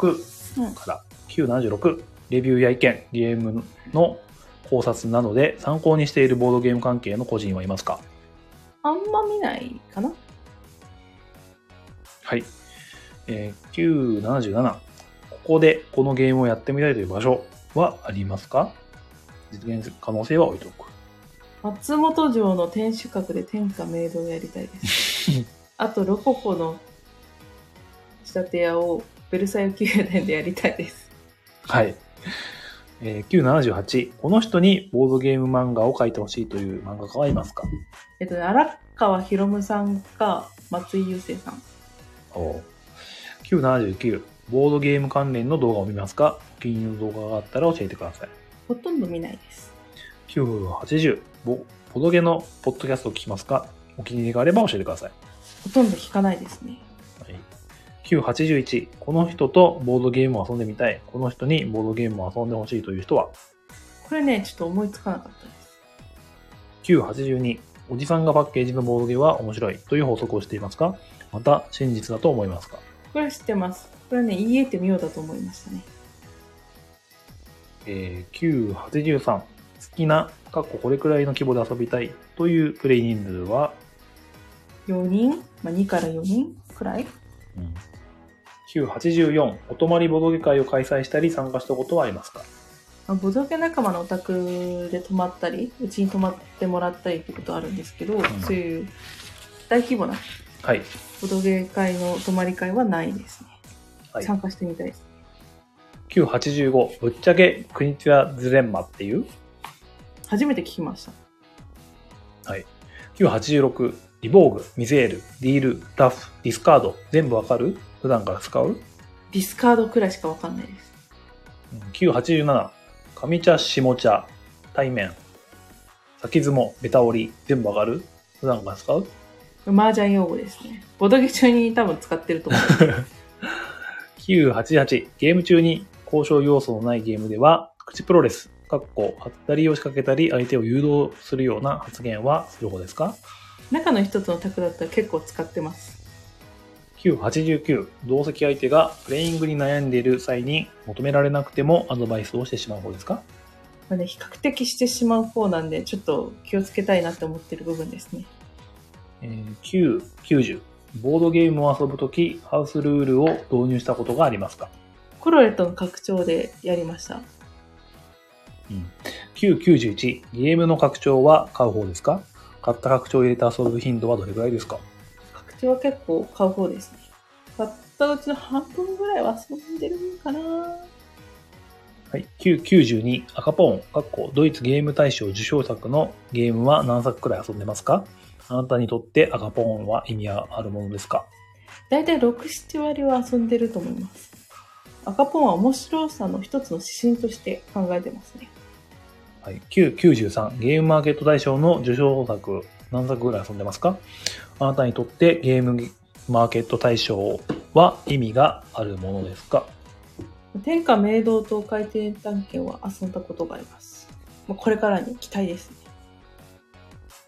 から976、レビューや意見、ゲームの考察などで参考にしているボードゲーム関係の個人はいますかあんま見ないかなはい。えー、977、ここでこのゲームをやってみたいという場所はありますか実現する可能性は置いておく。松本城の天守閣で天下明堂をやりたいです あとロココの仕立て屋をベルサイユ宮殿でやりたいですはい。えー、978、この人にボードゲーム漫画を描いてほしいという漫画家はいますかえっとね荒川博夢さんか松井優生さんおう979、ボードゲーム関連の動画を見ますかお気に入りの動画があったら教えてください。ほとんど見ないです980、ボボドゲのポッドキャストを聞きますかお気に入りがあれば教えてください。ほとんど聞かないですねはい、981、この人とボードゲームを遊んでみたい。この人にボードゲームを遊んでほしいという人はこれねちょっと思いつかなかったです982おじさんがパッケージのボードゲーは面白いという法則をしていますかまた真実だと思いますかこれは知ってますこれはね言い得てみようだと思いましたねえー983好きなかっここれくらいの規模で遊びたいというプレイ人数は、 4人、まあ、2から4人くらい984お泊まりボードゲ会を開催したり参加したことはありますかまあボドゲ仲間のお宅で泊まったりうちに泊まってもらったりってことあるんですけど、んそういう大規模なはい、ボドゲ会の泊まり会はないですね、はい、参加してみたいです985ぶっちゃけ国津屋ズレンマっていう初めて聞きました986リボーグミゼールディールラフディスカード全部わかる普段から使うディスカードくらいしかわかんないです987上茶下茶対面先相撲ベタ折り全部上がる普段から使う麻雀用語ですねボドゲ中に多分使ってると思 う988ゲーム中に交渉要素のないゲームでは口プロレスかっこ張ったりを仕掛けたり相手を誘導するような発言はする方ですか中の一つの宅だったら結構使ってます989同席相手がプレイングに悩んでいる際に求められなくてもアドバイスをしてしまう方ですかまあね、比較的してしまう方なんでちょっと気をつけたいなって思ってる部分ですねえー990ボードゲームを遊ぶときハウスルールを導入したことがありますかコロレットの拡張でやりました991ゲームの拡張は買う方ですか買った拡張を入れて遊ぶ頻度はどれくらいですか拡張は結構買う方ですね。買ったうちの半分ぐらいは遊んでるかなはい、992赤ポーンかっこドイツゲーム大賞受賞作のゲームは何作くらい遊んでますかあなたにとって赤ポーンは意味があるものですかだいたい6、7割は遊んでると思います。赤ポンは面白さの一つの指針として考えてますね。はい、993ゲームマーケット大賞の受賞作何作ぐらい遊んでますかあなたにとってゲームマーケット大賞は意味があるものですか天下明堂と海底探検は遊んだことがあります。まあこれからに期待ですね。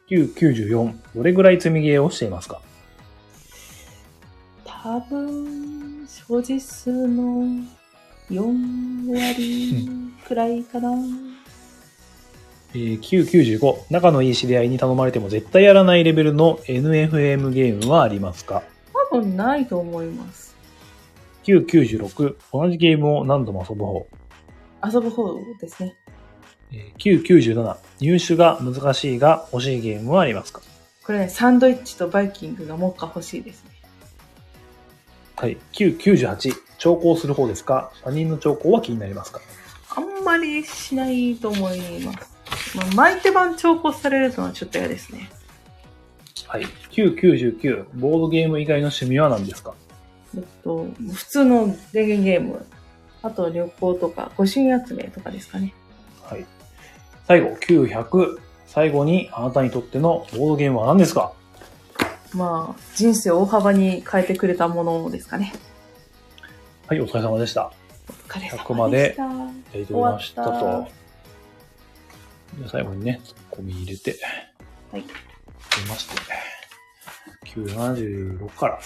994どれぐらい積みゲーをしていますか多分、所持数の4割くらいかな。えー995仲のいい知り合いに頼まれても絶対やらないレベルの NFM ゲームはありますか多分ないと思います。 996同じゲームを何度も遊ぶ方、遊ぶ方ですね。えー997入手が難しいが欲しいゲームはありますかこれね、サンドイッチとバイキングがもっか欲しいですね。はい。9、98。調校する方ですか他人の調校は気になりますかあんまりしないと思います。まあ、毎手番調校されるのはちょっと嫌ですね。はい。9、99。ボードゲーム以外の趣味は何ですかえっと、普通の電源ゲーム、あと旅行とか、御朱印集めとかですかね。はい。最後、900。最後に、あなたにとってのボードゲームは何ですかまあ、人生を大幅に変えてくれたものですかね。はい、お疲れ様でした。お疲れ100様までしでた。やりとりました終わっと。で最後にね、ツッコミ入れて、はい。出まして、976から。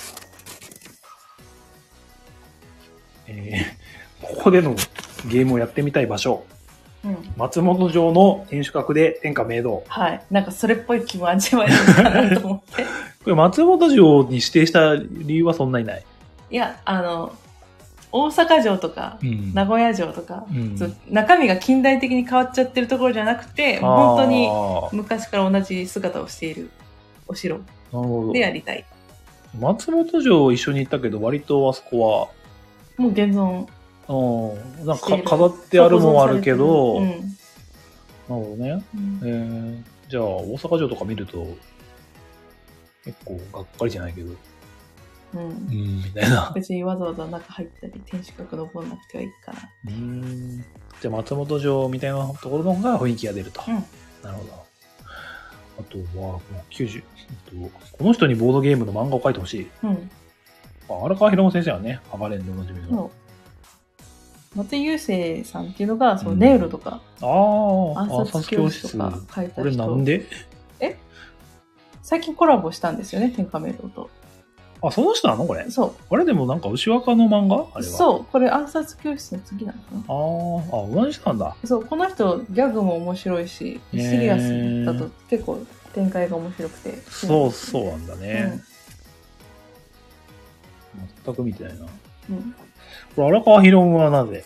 えー、ここでのゲームをやってみたい場所、うん。松本城の天守閣で天下明堂。はい。なんかそれっぽい気も味わえるかなと思って。 これ松本城に指定した理由はそんなにない。いや、あの、大阪城とか、うん名古屋城とか、うんそう中身が近代的に変わっちゃってるところじゃなくて、本当にあー昔から同じ姿をしているお城なるほどで。やりたい。松本城一緒に行ったけど、割とあそこもう現存。は、うん、なんしてかいる飾ってあるもんはあるけど、うなるんほどね。うんえー、じゃあ、大阪城とか見ると、結構がっかりじゃないけど、ううんん、みたいな。別にわざわざ中入ったり天守閣登らなくてはいいかなうん。じゃあ、松本城みたいなところの方が雰囲気が出ると。うんなるほど。あとは、もう90、えっとこの人にボードゲームの漫画を描いてほしい。うんあ荒川博先生はね、ハガレンでおなじみの。そう松井雄生さんっていうのがそのうんネウロとかああ、暗殺教室とか書いこたれなん人で最近コラボしたんですよね天下メロとあ、その人なのこれ。そあれでもなんか牛若の漫画あうれは。う。そうこれ暗殺教室の次なのかなあーあ、同じ人なんだ。そうこの人ギャグも面白いしシへーリアスだと結構展開が面白くてそううそうなんだね。全く見てないな。ん、うん、これ荒川博文はなぜ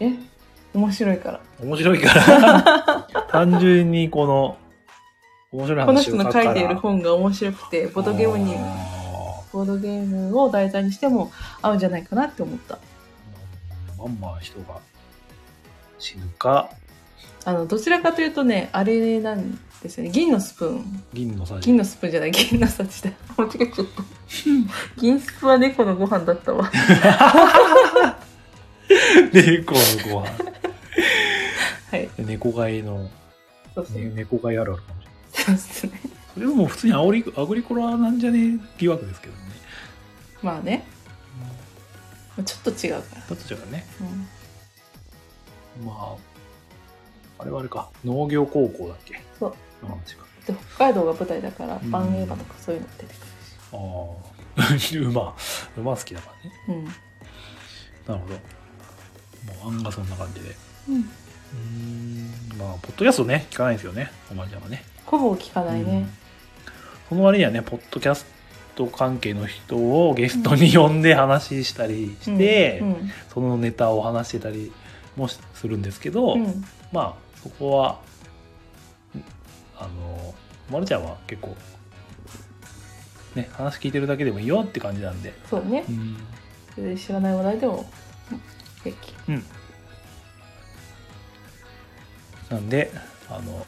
え面白いから面白いから。 単純にこの、面白いこの話を書人のくか書らいている本が面白くてボードゲームにあボードゲームを題材にしても合うんじゃないかなって思ったーまんま人が死ぬか、あのどちらかというとねあれなんですよね銀のスプーン銀のさじ。銀のスプーンじゃない銀のさじだ 間違えちゃった銀スプは猫のご飯だっ たわ猫のご飯。はい猫飼いの、ねそうそう猫飼いあるあるかもしれない。そうですねそれはもう普通にアオリアグリコラなんじゃねえ疑惑ですけどね。まあねちょっと違うから、だとしたらね、うんまあ、あれはあれか、農業高校だっけそう。うん、違う。で北海道が舞台だからうんバンエーバとかそういうの出てくるしああ、 馬、馬好きだからね。うんなるほど。もう案がそんな感じで。ううんーん、まあ、ポッドキャストね、聞かないですよね、おまりちゃんはね。ほぼ聞かないうんね、その割にはね、ポッドキャスト関係の人をゲストに呼んで話したりして、うんそのネタを話してたりもしするんですけど、うんうんまあそこはうんあのまるちゃんは結構ね話聞いてるだけでもいいよって感じなんで、そうねうん、それで知らない話題でも平気なんであの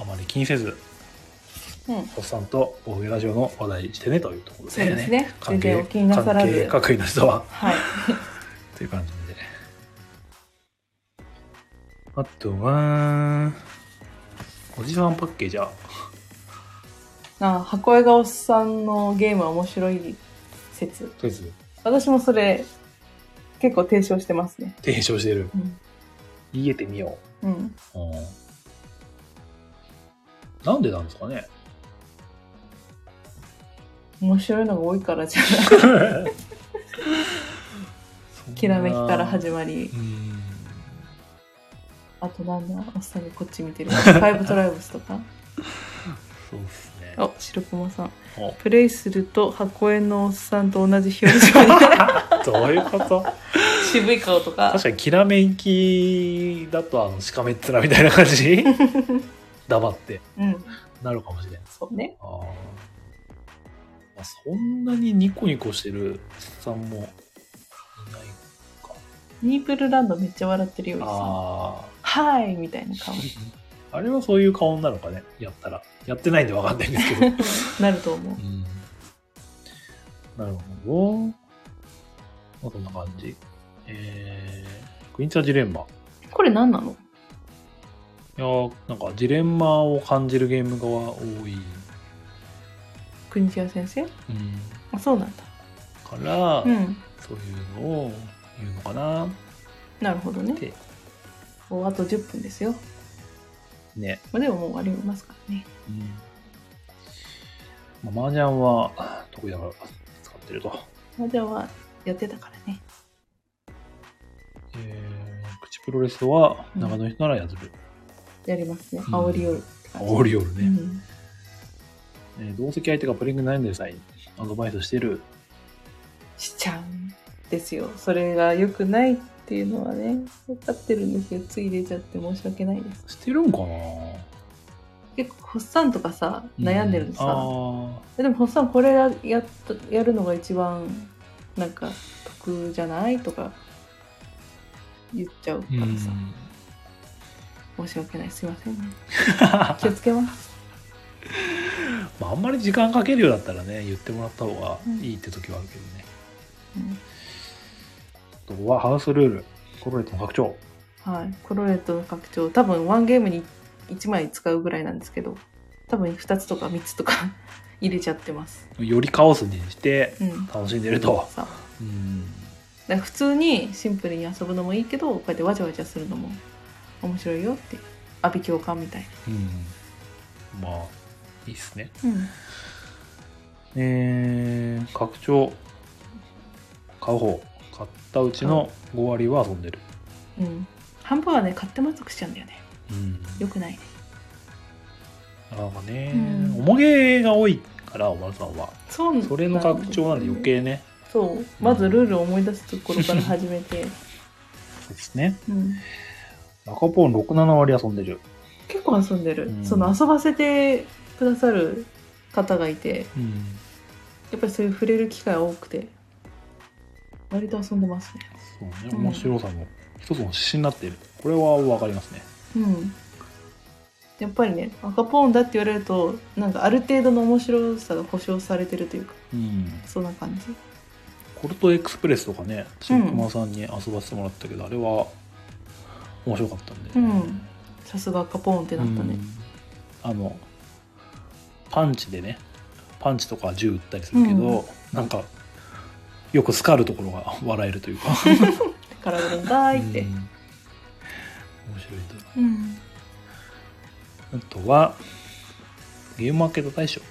あまり気にせずうんおっさんとおふえラジオの話題してねというところでそうねですね関係全然お気になさらず関係各位の人ははいという感じであとはおじさんパッケージャーあ箱絵がおっさんのゲームは面白い説とりあえず私もそれ結構提唱してますね提唱してるうん、言えてみよううん、うんなんでなんですかね面白いのが多いからじゃない きらめきから始まりる。うんあとなんだおっさんがこっち見 てるファイブトライブスとかそうですね。あ白駒さんおプレイすると箱絵のおっさんと同じ表情 になる どういうこと渋い顔とか確かにきらめきだとあのしかめっ面みたいな感 じ黙ってうんなるかもしれない。そうねあーまああそんなにニコニコしてるおっさんもいないニープルランドめっちゃ笑ってるようにさあ「はい」みたいな顔にああれはそういう顔になるのかねやったらやってないんでわかんないんですけど、なると思ううん、なるほどまあそんな感じえー、クイーンチャージレンマい これ何なのやーなんかジレンマを感じるゲームが多い、国千先生うん、あそうなんだから、うんそういうのを言うのかななるほどねでもうあと10分ですよ、ね。まあ、でももう終わりますからねうん。まあ、麻雀は得意だから使ってると。まあじゃあやってたからねえー、口プロレスは長野人ならやずる。やりますねん煽り寄るって感じ煽りよるうね。んえー同席相手がプレイングに悩んでる際にアドバイスしてる。しちゃうんですよそれが良くないっていうのはね分かってるんですよつい出ちゃって申し訳ないですしてるんかな結構ホッサンとかさ悩んでるのさ、あえでもホッサンこれややったやるのが一番なんか得じゃないとか言っちゃうかーらうさ、ん。申し訳ないすいま せんね気をつけますまあ、あんまり時間かけるようだったらね、言ってもらった方がいいって時はあるけどね。うんあとはハウスルール、コロレットの拡張。はい、コロレットの拡張多分ワンゲームに1枚使うぐらいなんですけど多分2つとか3つとか 入れちゃってますよりカオスにしてうん楽しんでると。さうん。だから普通にシンプルに遊ぶのもいいけどこうやってわちゃわちゃするのも面白いよって阿部教官みたいうん。まあ、いいっすね。な、うん、えー、拡張、買う方。買ったうちの5割は遊んでる。うん。半分はね、買って満足しちゃうんだよね。うん。よくないね。なんかね、うんおもげが多いから、おまるさんは。そうそれの拡張なんで余。計ね。そう。まずルールを思い出すところから始めて。そうですね。うん。中ポーン6、7割遊んでる。結構遊んでる。うんその遊ばせてくださる方がいて、うん。やっぱりそういう触れる機会多くて、割と遊んでますね。そうね、うん面白さの一つの指針になっている。これはわかりますね。うん。やっぱりね、赤ポーンだって言われると、なんかある程度の面白さが保証されてるというか、うん。そんな感じ。コルトエクスプレスとかね、ちくまさんに遊ばせてもらったけど、あれは面白かったんで、うんさすが赤ポーンってなったうね。んあのパンチでねパンチとか銃撃ったりするけど、なんかよくスカるところが 笑えるというか体がだーいっうてん。面白いとうんあとはゲームマーケット大賞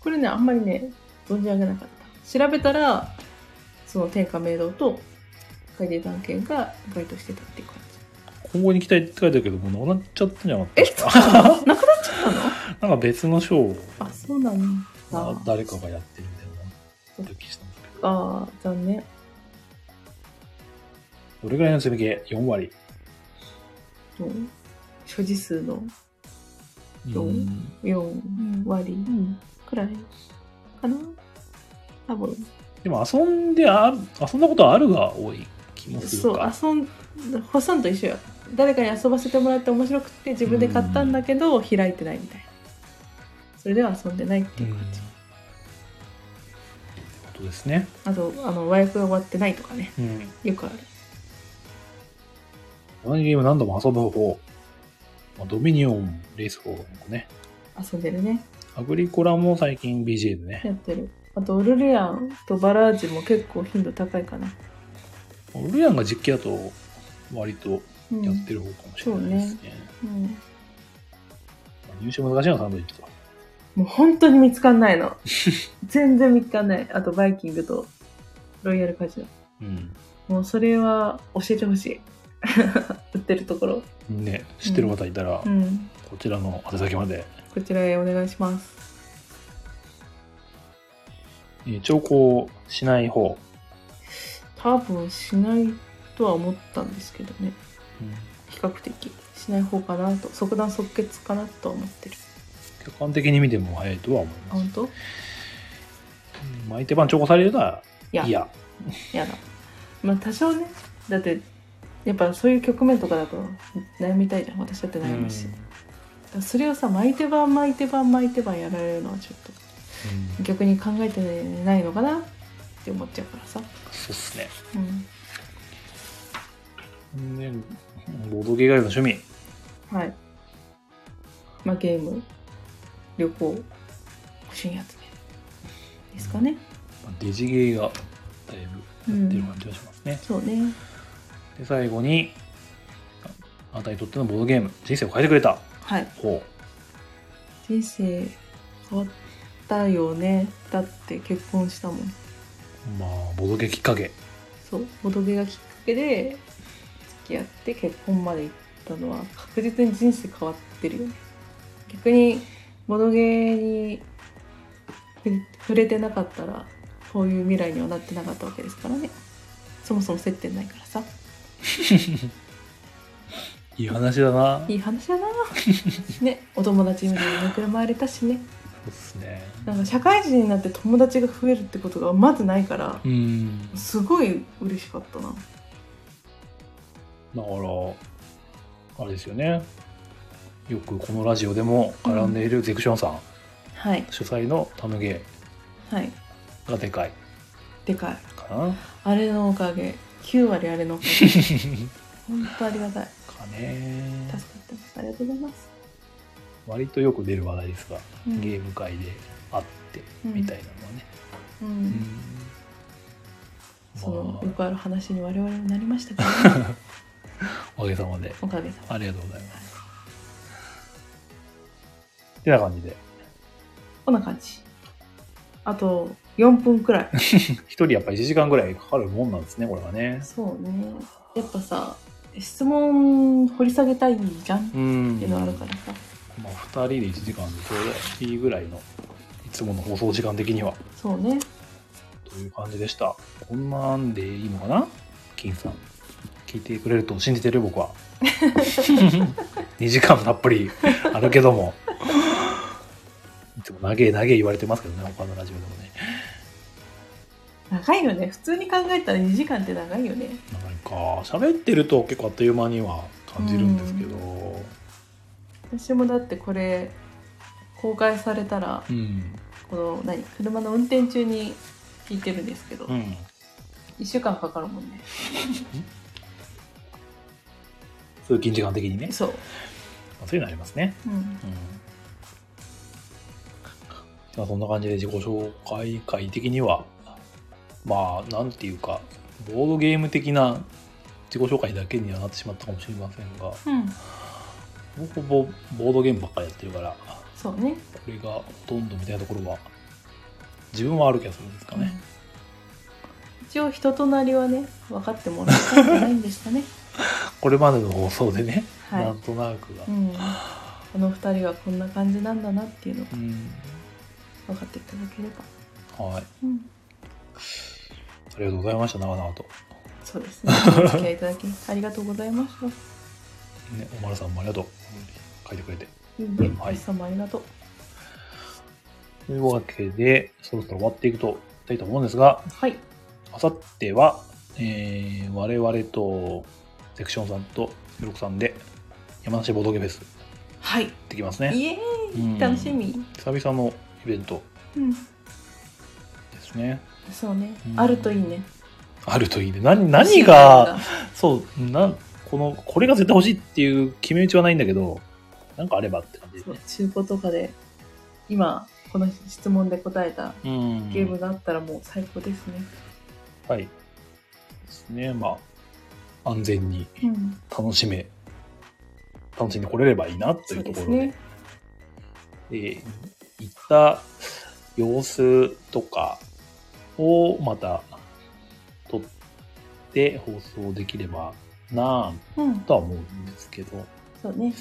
これねあんまりね存じ上げなかった調べたらその天下明堂と海底探検が該当してたっていう感今後に期待って書いてあるけどもうなくなっちゃったんじゃなかったですかじなくなっちゃったの なんか別の賞をあそうなのなあ誰かがやってるみたいなドキしたんですけどあー残念どれぐらいの積み毛4割もう所持数のどううん4割くらいかな多分でも遊んであ遊んだことあるが多い気もすそるうか遊んホッサンと一緒や誰かに遊ばせてもらって面白くて自分で買ったんだけど開いてないみたいなそれでは遊んでないっていう感ってじ、ことですね。あとあの和訳が終わってないとかねうん。よくある同じゲーム何度も遊ぶ方法。まあ、ドミニオン、レース4なんかね。遊んでるねアグリコラも最近 BJ でね。やってるあとオルレアンとバラージュも結構頻度高いかなオルヤンが実機だと割とうん、やうってる方かもしれないですね。ん、まあ入手難しいのはサンドイッチと。もう本当に見つかんない の全然見つかんないあとバイキングとロイヤルカジうん。ノもうそれは教えてほ しい売ってるところね、知ってる方いたら、うんこちらの宛先まで。こちらへお願いしますえー長考しない方。多分しないとは思ったんですけどねうん比較的しない方かなと即断即決かなとは思ってる客観的に見ても早いとは思います。あ本当巻いて番チョコされるのはいや、いや。やだ。まあ多少ね、だって、やっぱそういう局面とかだと悩みたいじゃん。私だってう悩んむし。だからそれをさ、巻いて番巻いて番巻いて番やられるのはちょっと逆に考えてないのかなって思っちゃうからさ。そうっすね。うん。で、ボードゲーガイの趣味。はい。まあゲーム、旅行、欲しいやつね。ですかね。デジゲーがだいぶやってる感じがしますね。そうね。で、最後に、ああなたにとってのボードゲーム、人生を変えてくれたはい。方。人生変わったよね。だって結婚したもん。まあ、ボードゲーきっかけ。そうボドゲがきっかけで付き合って結婚まで行ったのは確実に人生変わってるよね逆にボドゲに触れ触れてなかったらこういう未来にはなってなかったわけですからねそもそも接点ないからさいい話だな。いい話だなねお友達にも恵まれたしねそうっすね。なんか社会人になって友達が増えるってことがまずないからうん。すごい嬉しかったなだから、あれですよね。よくこのラジオでも絡んでいるゼクションさんはい主催のタムゲはいーがでかいでかいか な。あれのおかげ9割あれのおかげ本当ありがたいかね。助かってますありがとうございます割とよく出る話題ですが、うんゲーム界であってみたいなのはね。うん、そまのあよくある話に我々もなりましたけ ど、ね、おかげさまでおかげさまありがとうございます。ってな感じで、こんな感じあと4分くらい一人やっぱ1時間ぐらいかかるもんなんですね、これはね。そうねやっぱさ質問掘り下げたいじゃんっうんていうのあるからさまあ、2人で1時間でちょうどいいぐらいのいつもの放送時間的にはそうねという感じでしたこんなんでいいのかな金さん聞いてくれると信じてる僕は2時間たっぷりあるけどもいつも長え長え言われてますけどね他のラジオでもね長いよね普通に考えたら2時間って長いよねなんか喋ってると結構あっという間には感じるんですけど私もだってこれ公開されたらうんこの何車の運転中に聞いてるんですけど、うん1週間かかるもんね通勤時間的にねそう、そういうのありますねうん、じゃあそんな感じで自己紹介会的にはまあなんていうかボードゲーム的な自己紹介だけにはなってしまったかもしれませんがうん、ほぼボードゲームばっかりやってるからそうねこれがほとんどみたいなところは自分はある気がするんですかね、うん一応人となりはね分かってもらえたんじゃないんですか ねこれまでの放送でね、はいなんとなくが、うんこの2人はこんな感じなんだなっていうのがうん分かっていただければはいうんありがとうございました長々と、そうですねお付き合いいただきありがとうございましたね、おまるさんもありがとう書いてくれていいねはおい日様ありがとうというわけで、そろそろ終わっていくと、いきたいと思うんですが、はいあさっては、えー、我々と、セクションさんと、ヒロコさんで、山梨ボードゲフェス、行はいってきますね。イエうんーイ楽しみ久々のイベントうんですね。そうねうんあるといいねあるといいね。何、何欲が、しいそう、なん、この、これが絶対欲しいっていう決め打ちはないんだけど、なんかあればって感じですものねが。そう中古とかで今この質問で答えたうんゲームがあったらもう最高ですね、はい。ですね。まあ、安全にうん、楽しめ、楽しんでこれればいいなといそううとでこすろでね。で行った様子とかをまた撮って放送できればなうんぁ、とは思うんですけどそうね。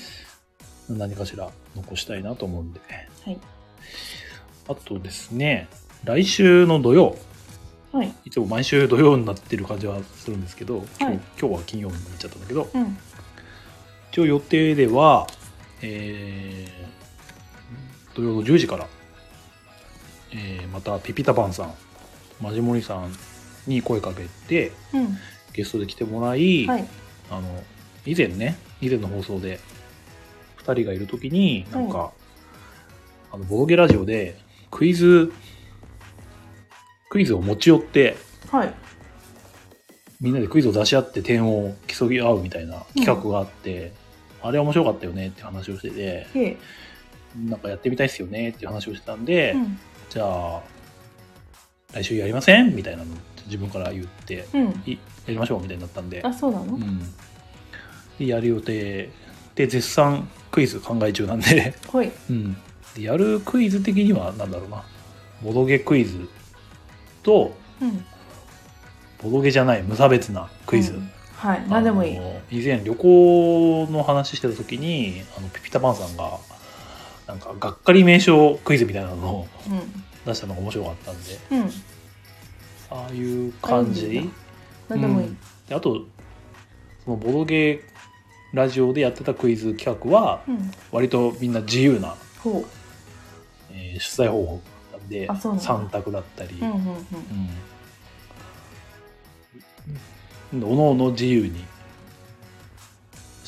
何かしら残したいなと思うんではい。あとですね来週の土曜はい。いつも毎週土曜になってる感じはするんですけど今日,、はい今日は金曜日になっちゃったんだけどうん。一応予定では、えー、土曜の10時から、えーまたピピタパンさんマジモリさんに声かけてうん。ゲストで来てもらい、はい。あの以前ね以前の放送で2人がいる時になんか、あのボドゲラジオでクイズクイズを持ち寄ってはい。みんなでクイズを出し合って点を競い合うみたいな企画があって、あれ面白かったよねって話をしててへえ。なんかやってみたいっすよねって話をしてたんで、うん。じゃあ来週やりませんみたいなのを自分から言ってうん。いやりましょうみたいになったんであ、そうなの、うん、でやる予定で絶賛クイズ考え中なん で,、はい。うん、でやるクイズ的には何だろうなボドゲクイズとうん。ボドゲじゃない無差別なクイズ、うんはい。何でもいいあ。の以前旅行の話してた時にあのピピタパンさんがなんかがっかり名称クイズみたいなのをう出したのが面白かったんでん。うん。ああいう感じあいいんだ何でもいい。うんであとそのボドゲラジオでやってたクイズ企画はうん。割とみんな自由な、ほえー出題方法なんであそうなんだ3択だったり、う。うんうんうん。うんおのおの自由に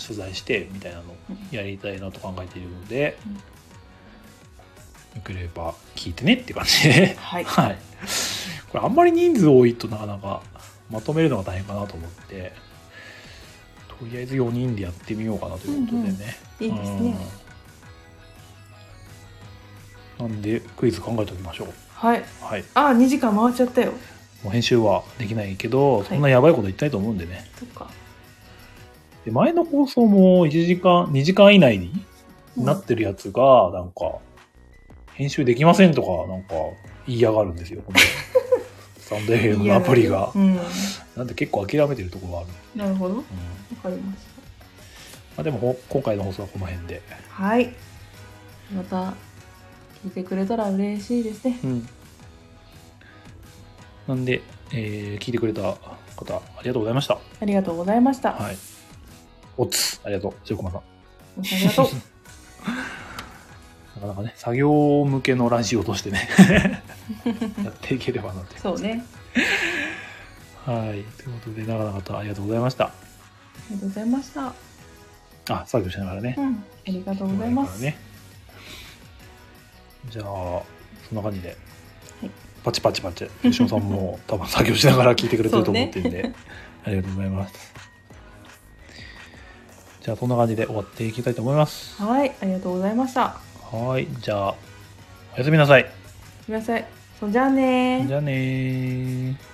取材してみたいなのをうんやりたいなと考えているので、うんよければ聞いてねっていう感じではい。はいこれあんまり人数多いとなかなかまとめるのが大変かなと思ってとりあえず4人でやってみようかなということでね、いいですね。うんなんでクイズ考えておきましょうはい。はいあ、2時間回っちゃったよ。もう編集はできないけど、いそんなやばいこと言ってないと思うんでね。そっか。で前の放送も1時間、2時間以内にうんなってるやつが、なんか、編集できませんとか、なんか、言いやがるんですよ、この スタンド FM のアプリがう。ん。なんで結構諦めてるところがある。なるほど。わうんかりましまあ、でもほ、今回の放送はこの辺で。た。はい。また、聞いてくれたら嬉しいですね。うん。なんで、えー聞いてくれた方、ありがとうございました。ありがとうございました。はい。おつ、ありがとう、白熊さん。ありがとう。なかなかね、作業向けのラジオとして ね、やっていければなと。そうね。はい。ということで、長々とありがとうございました。ありがとうございました。あ、作業しながらねう。ん。ありがとうございます。ね。じゃあ、そんな感じで。はいパチパチパチ。吉野さんも多分作業しながら聞いてくれてると思ってるんで、ありがとうございます。じゃあ、そんな感じで終わっていきたいと思います。はい。ありがとうございました。はい。じゃあ、おやすみなさい。すみません。そんじゃあねー。じゃあねー。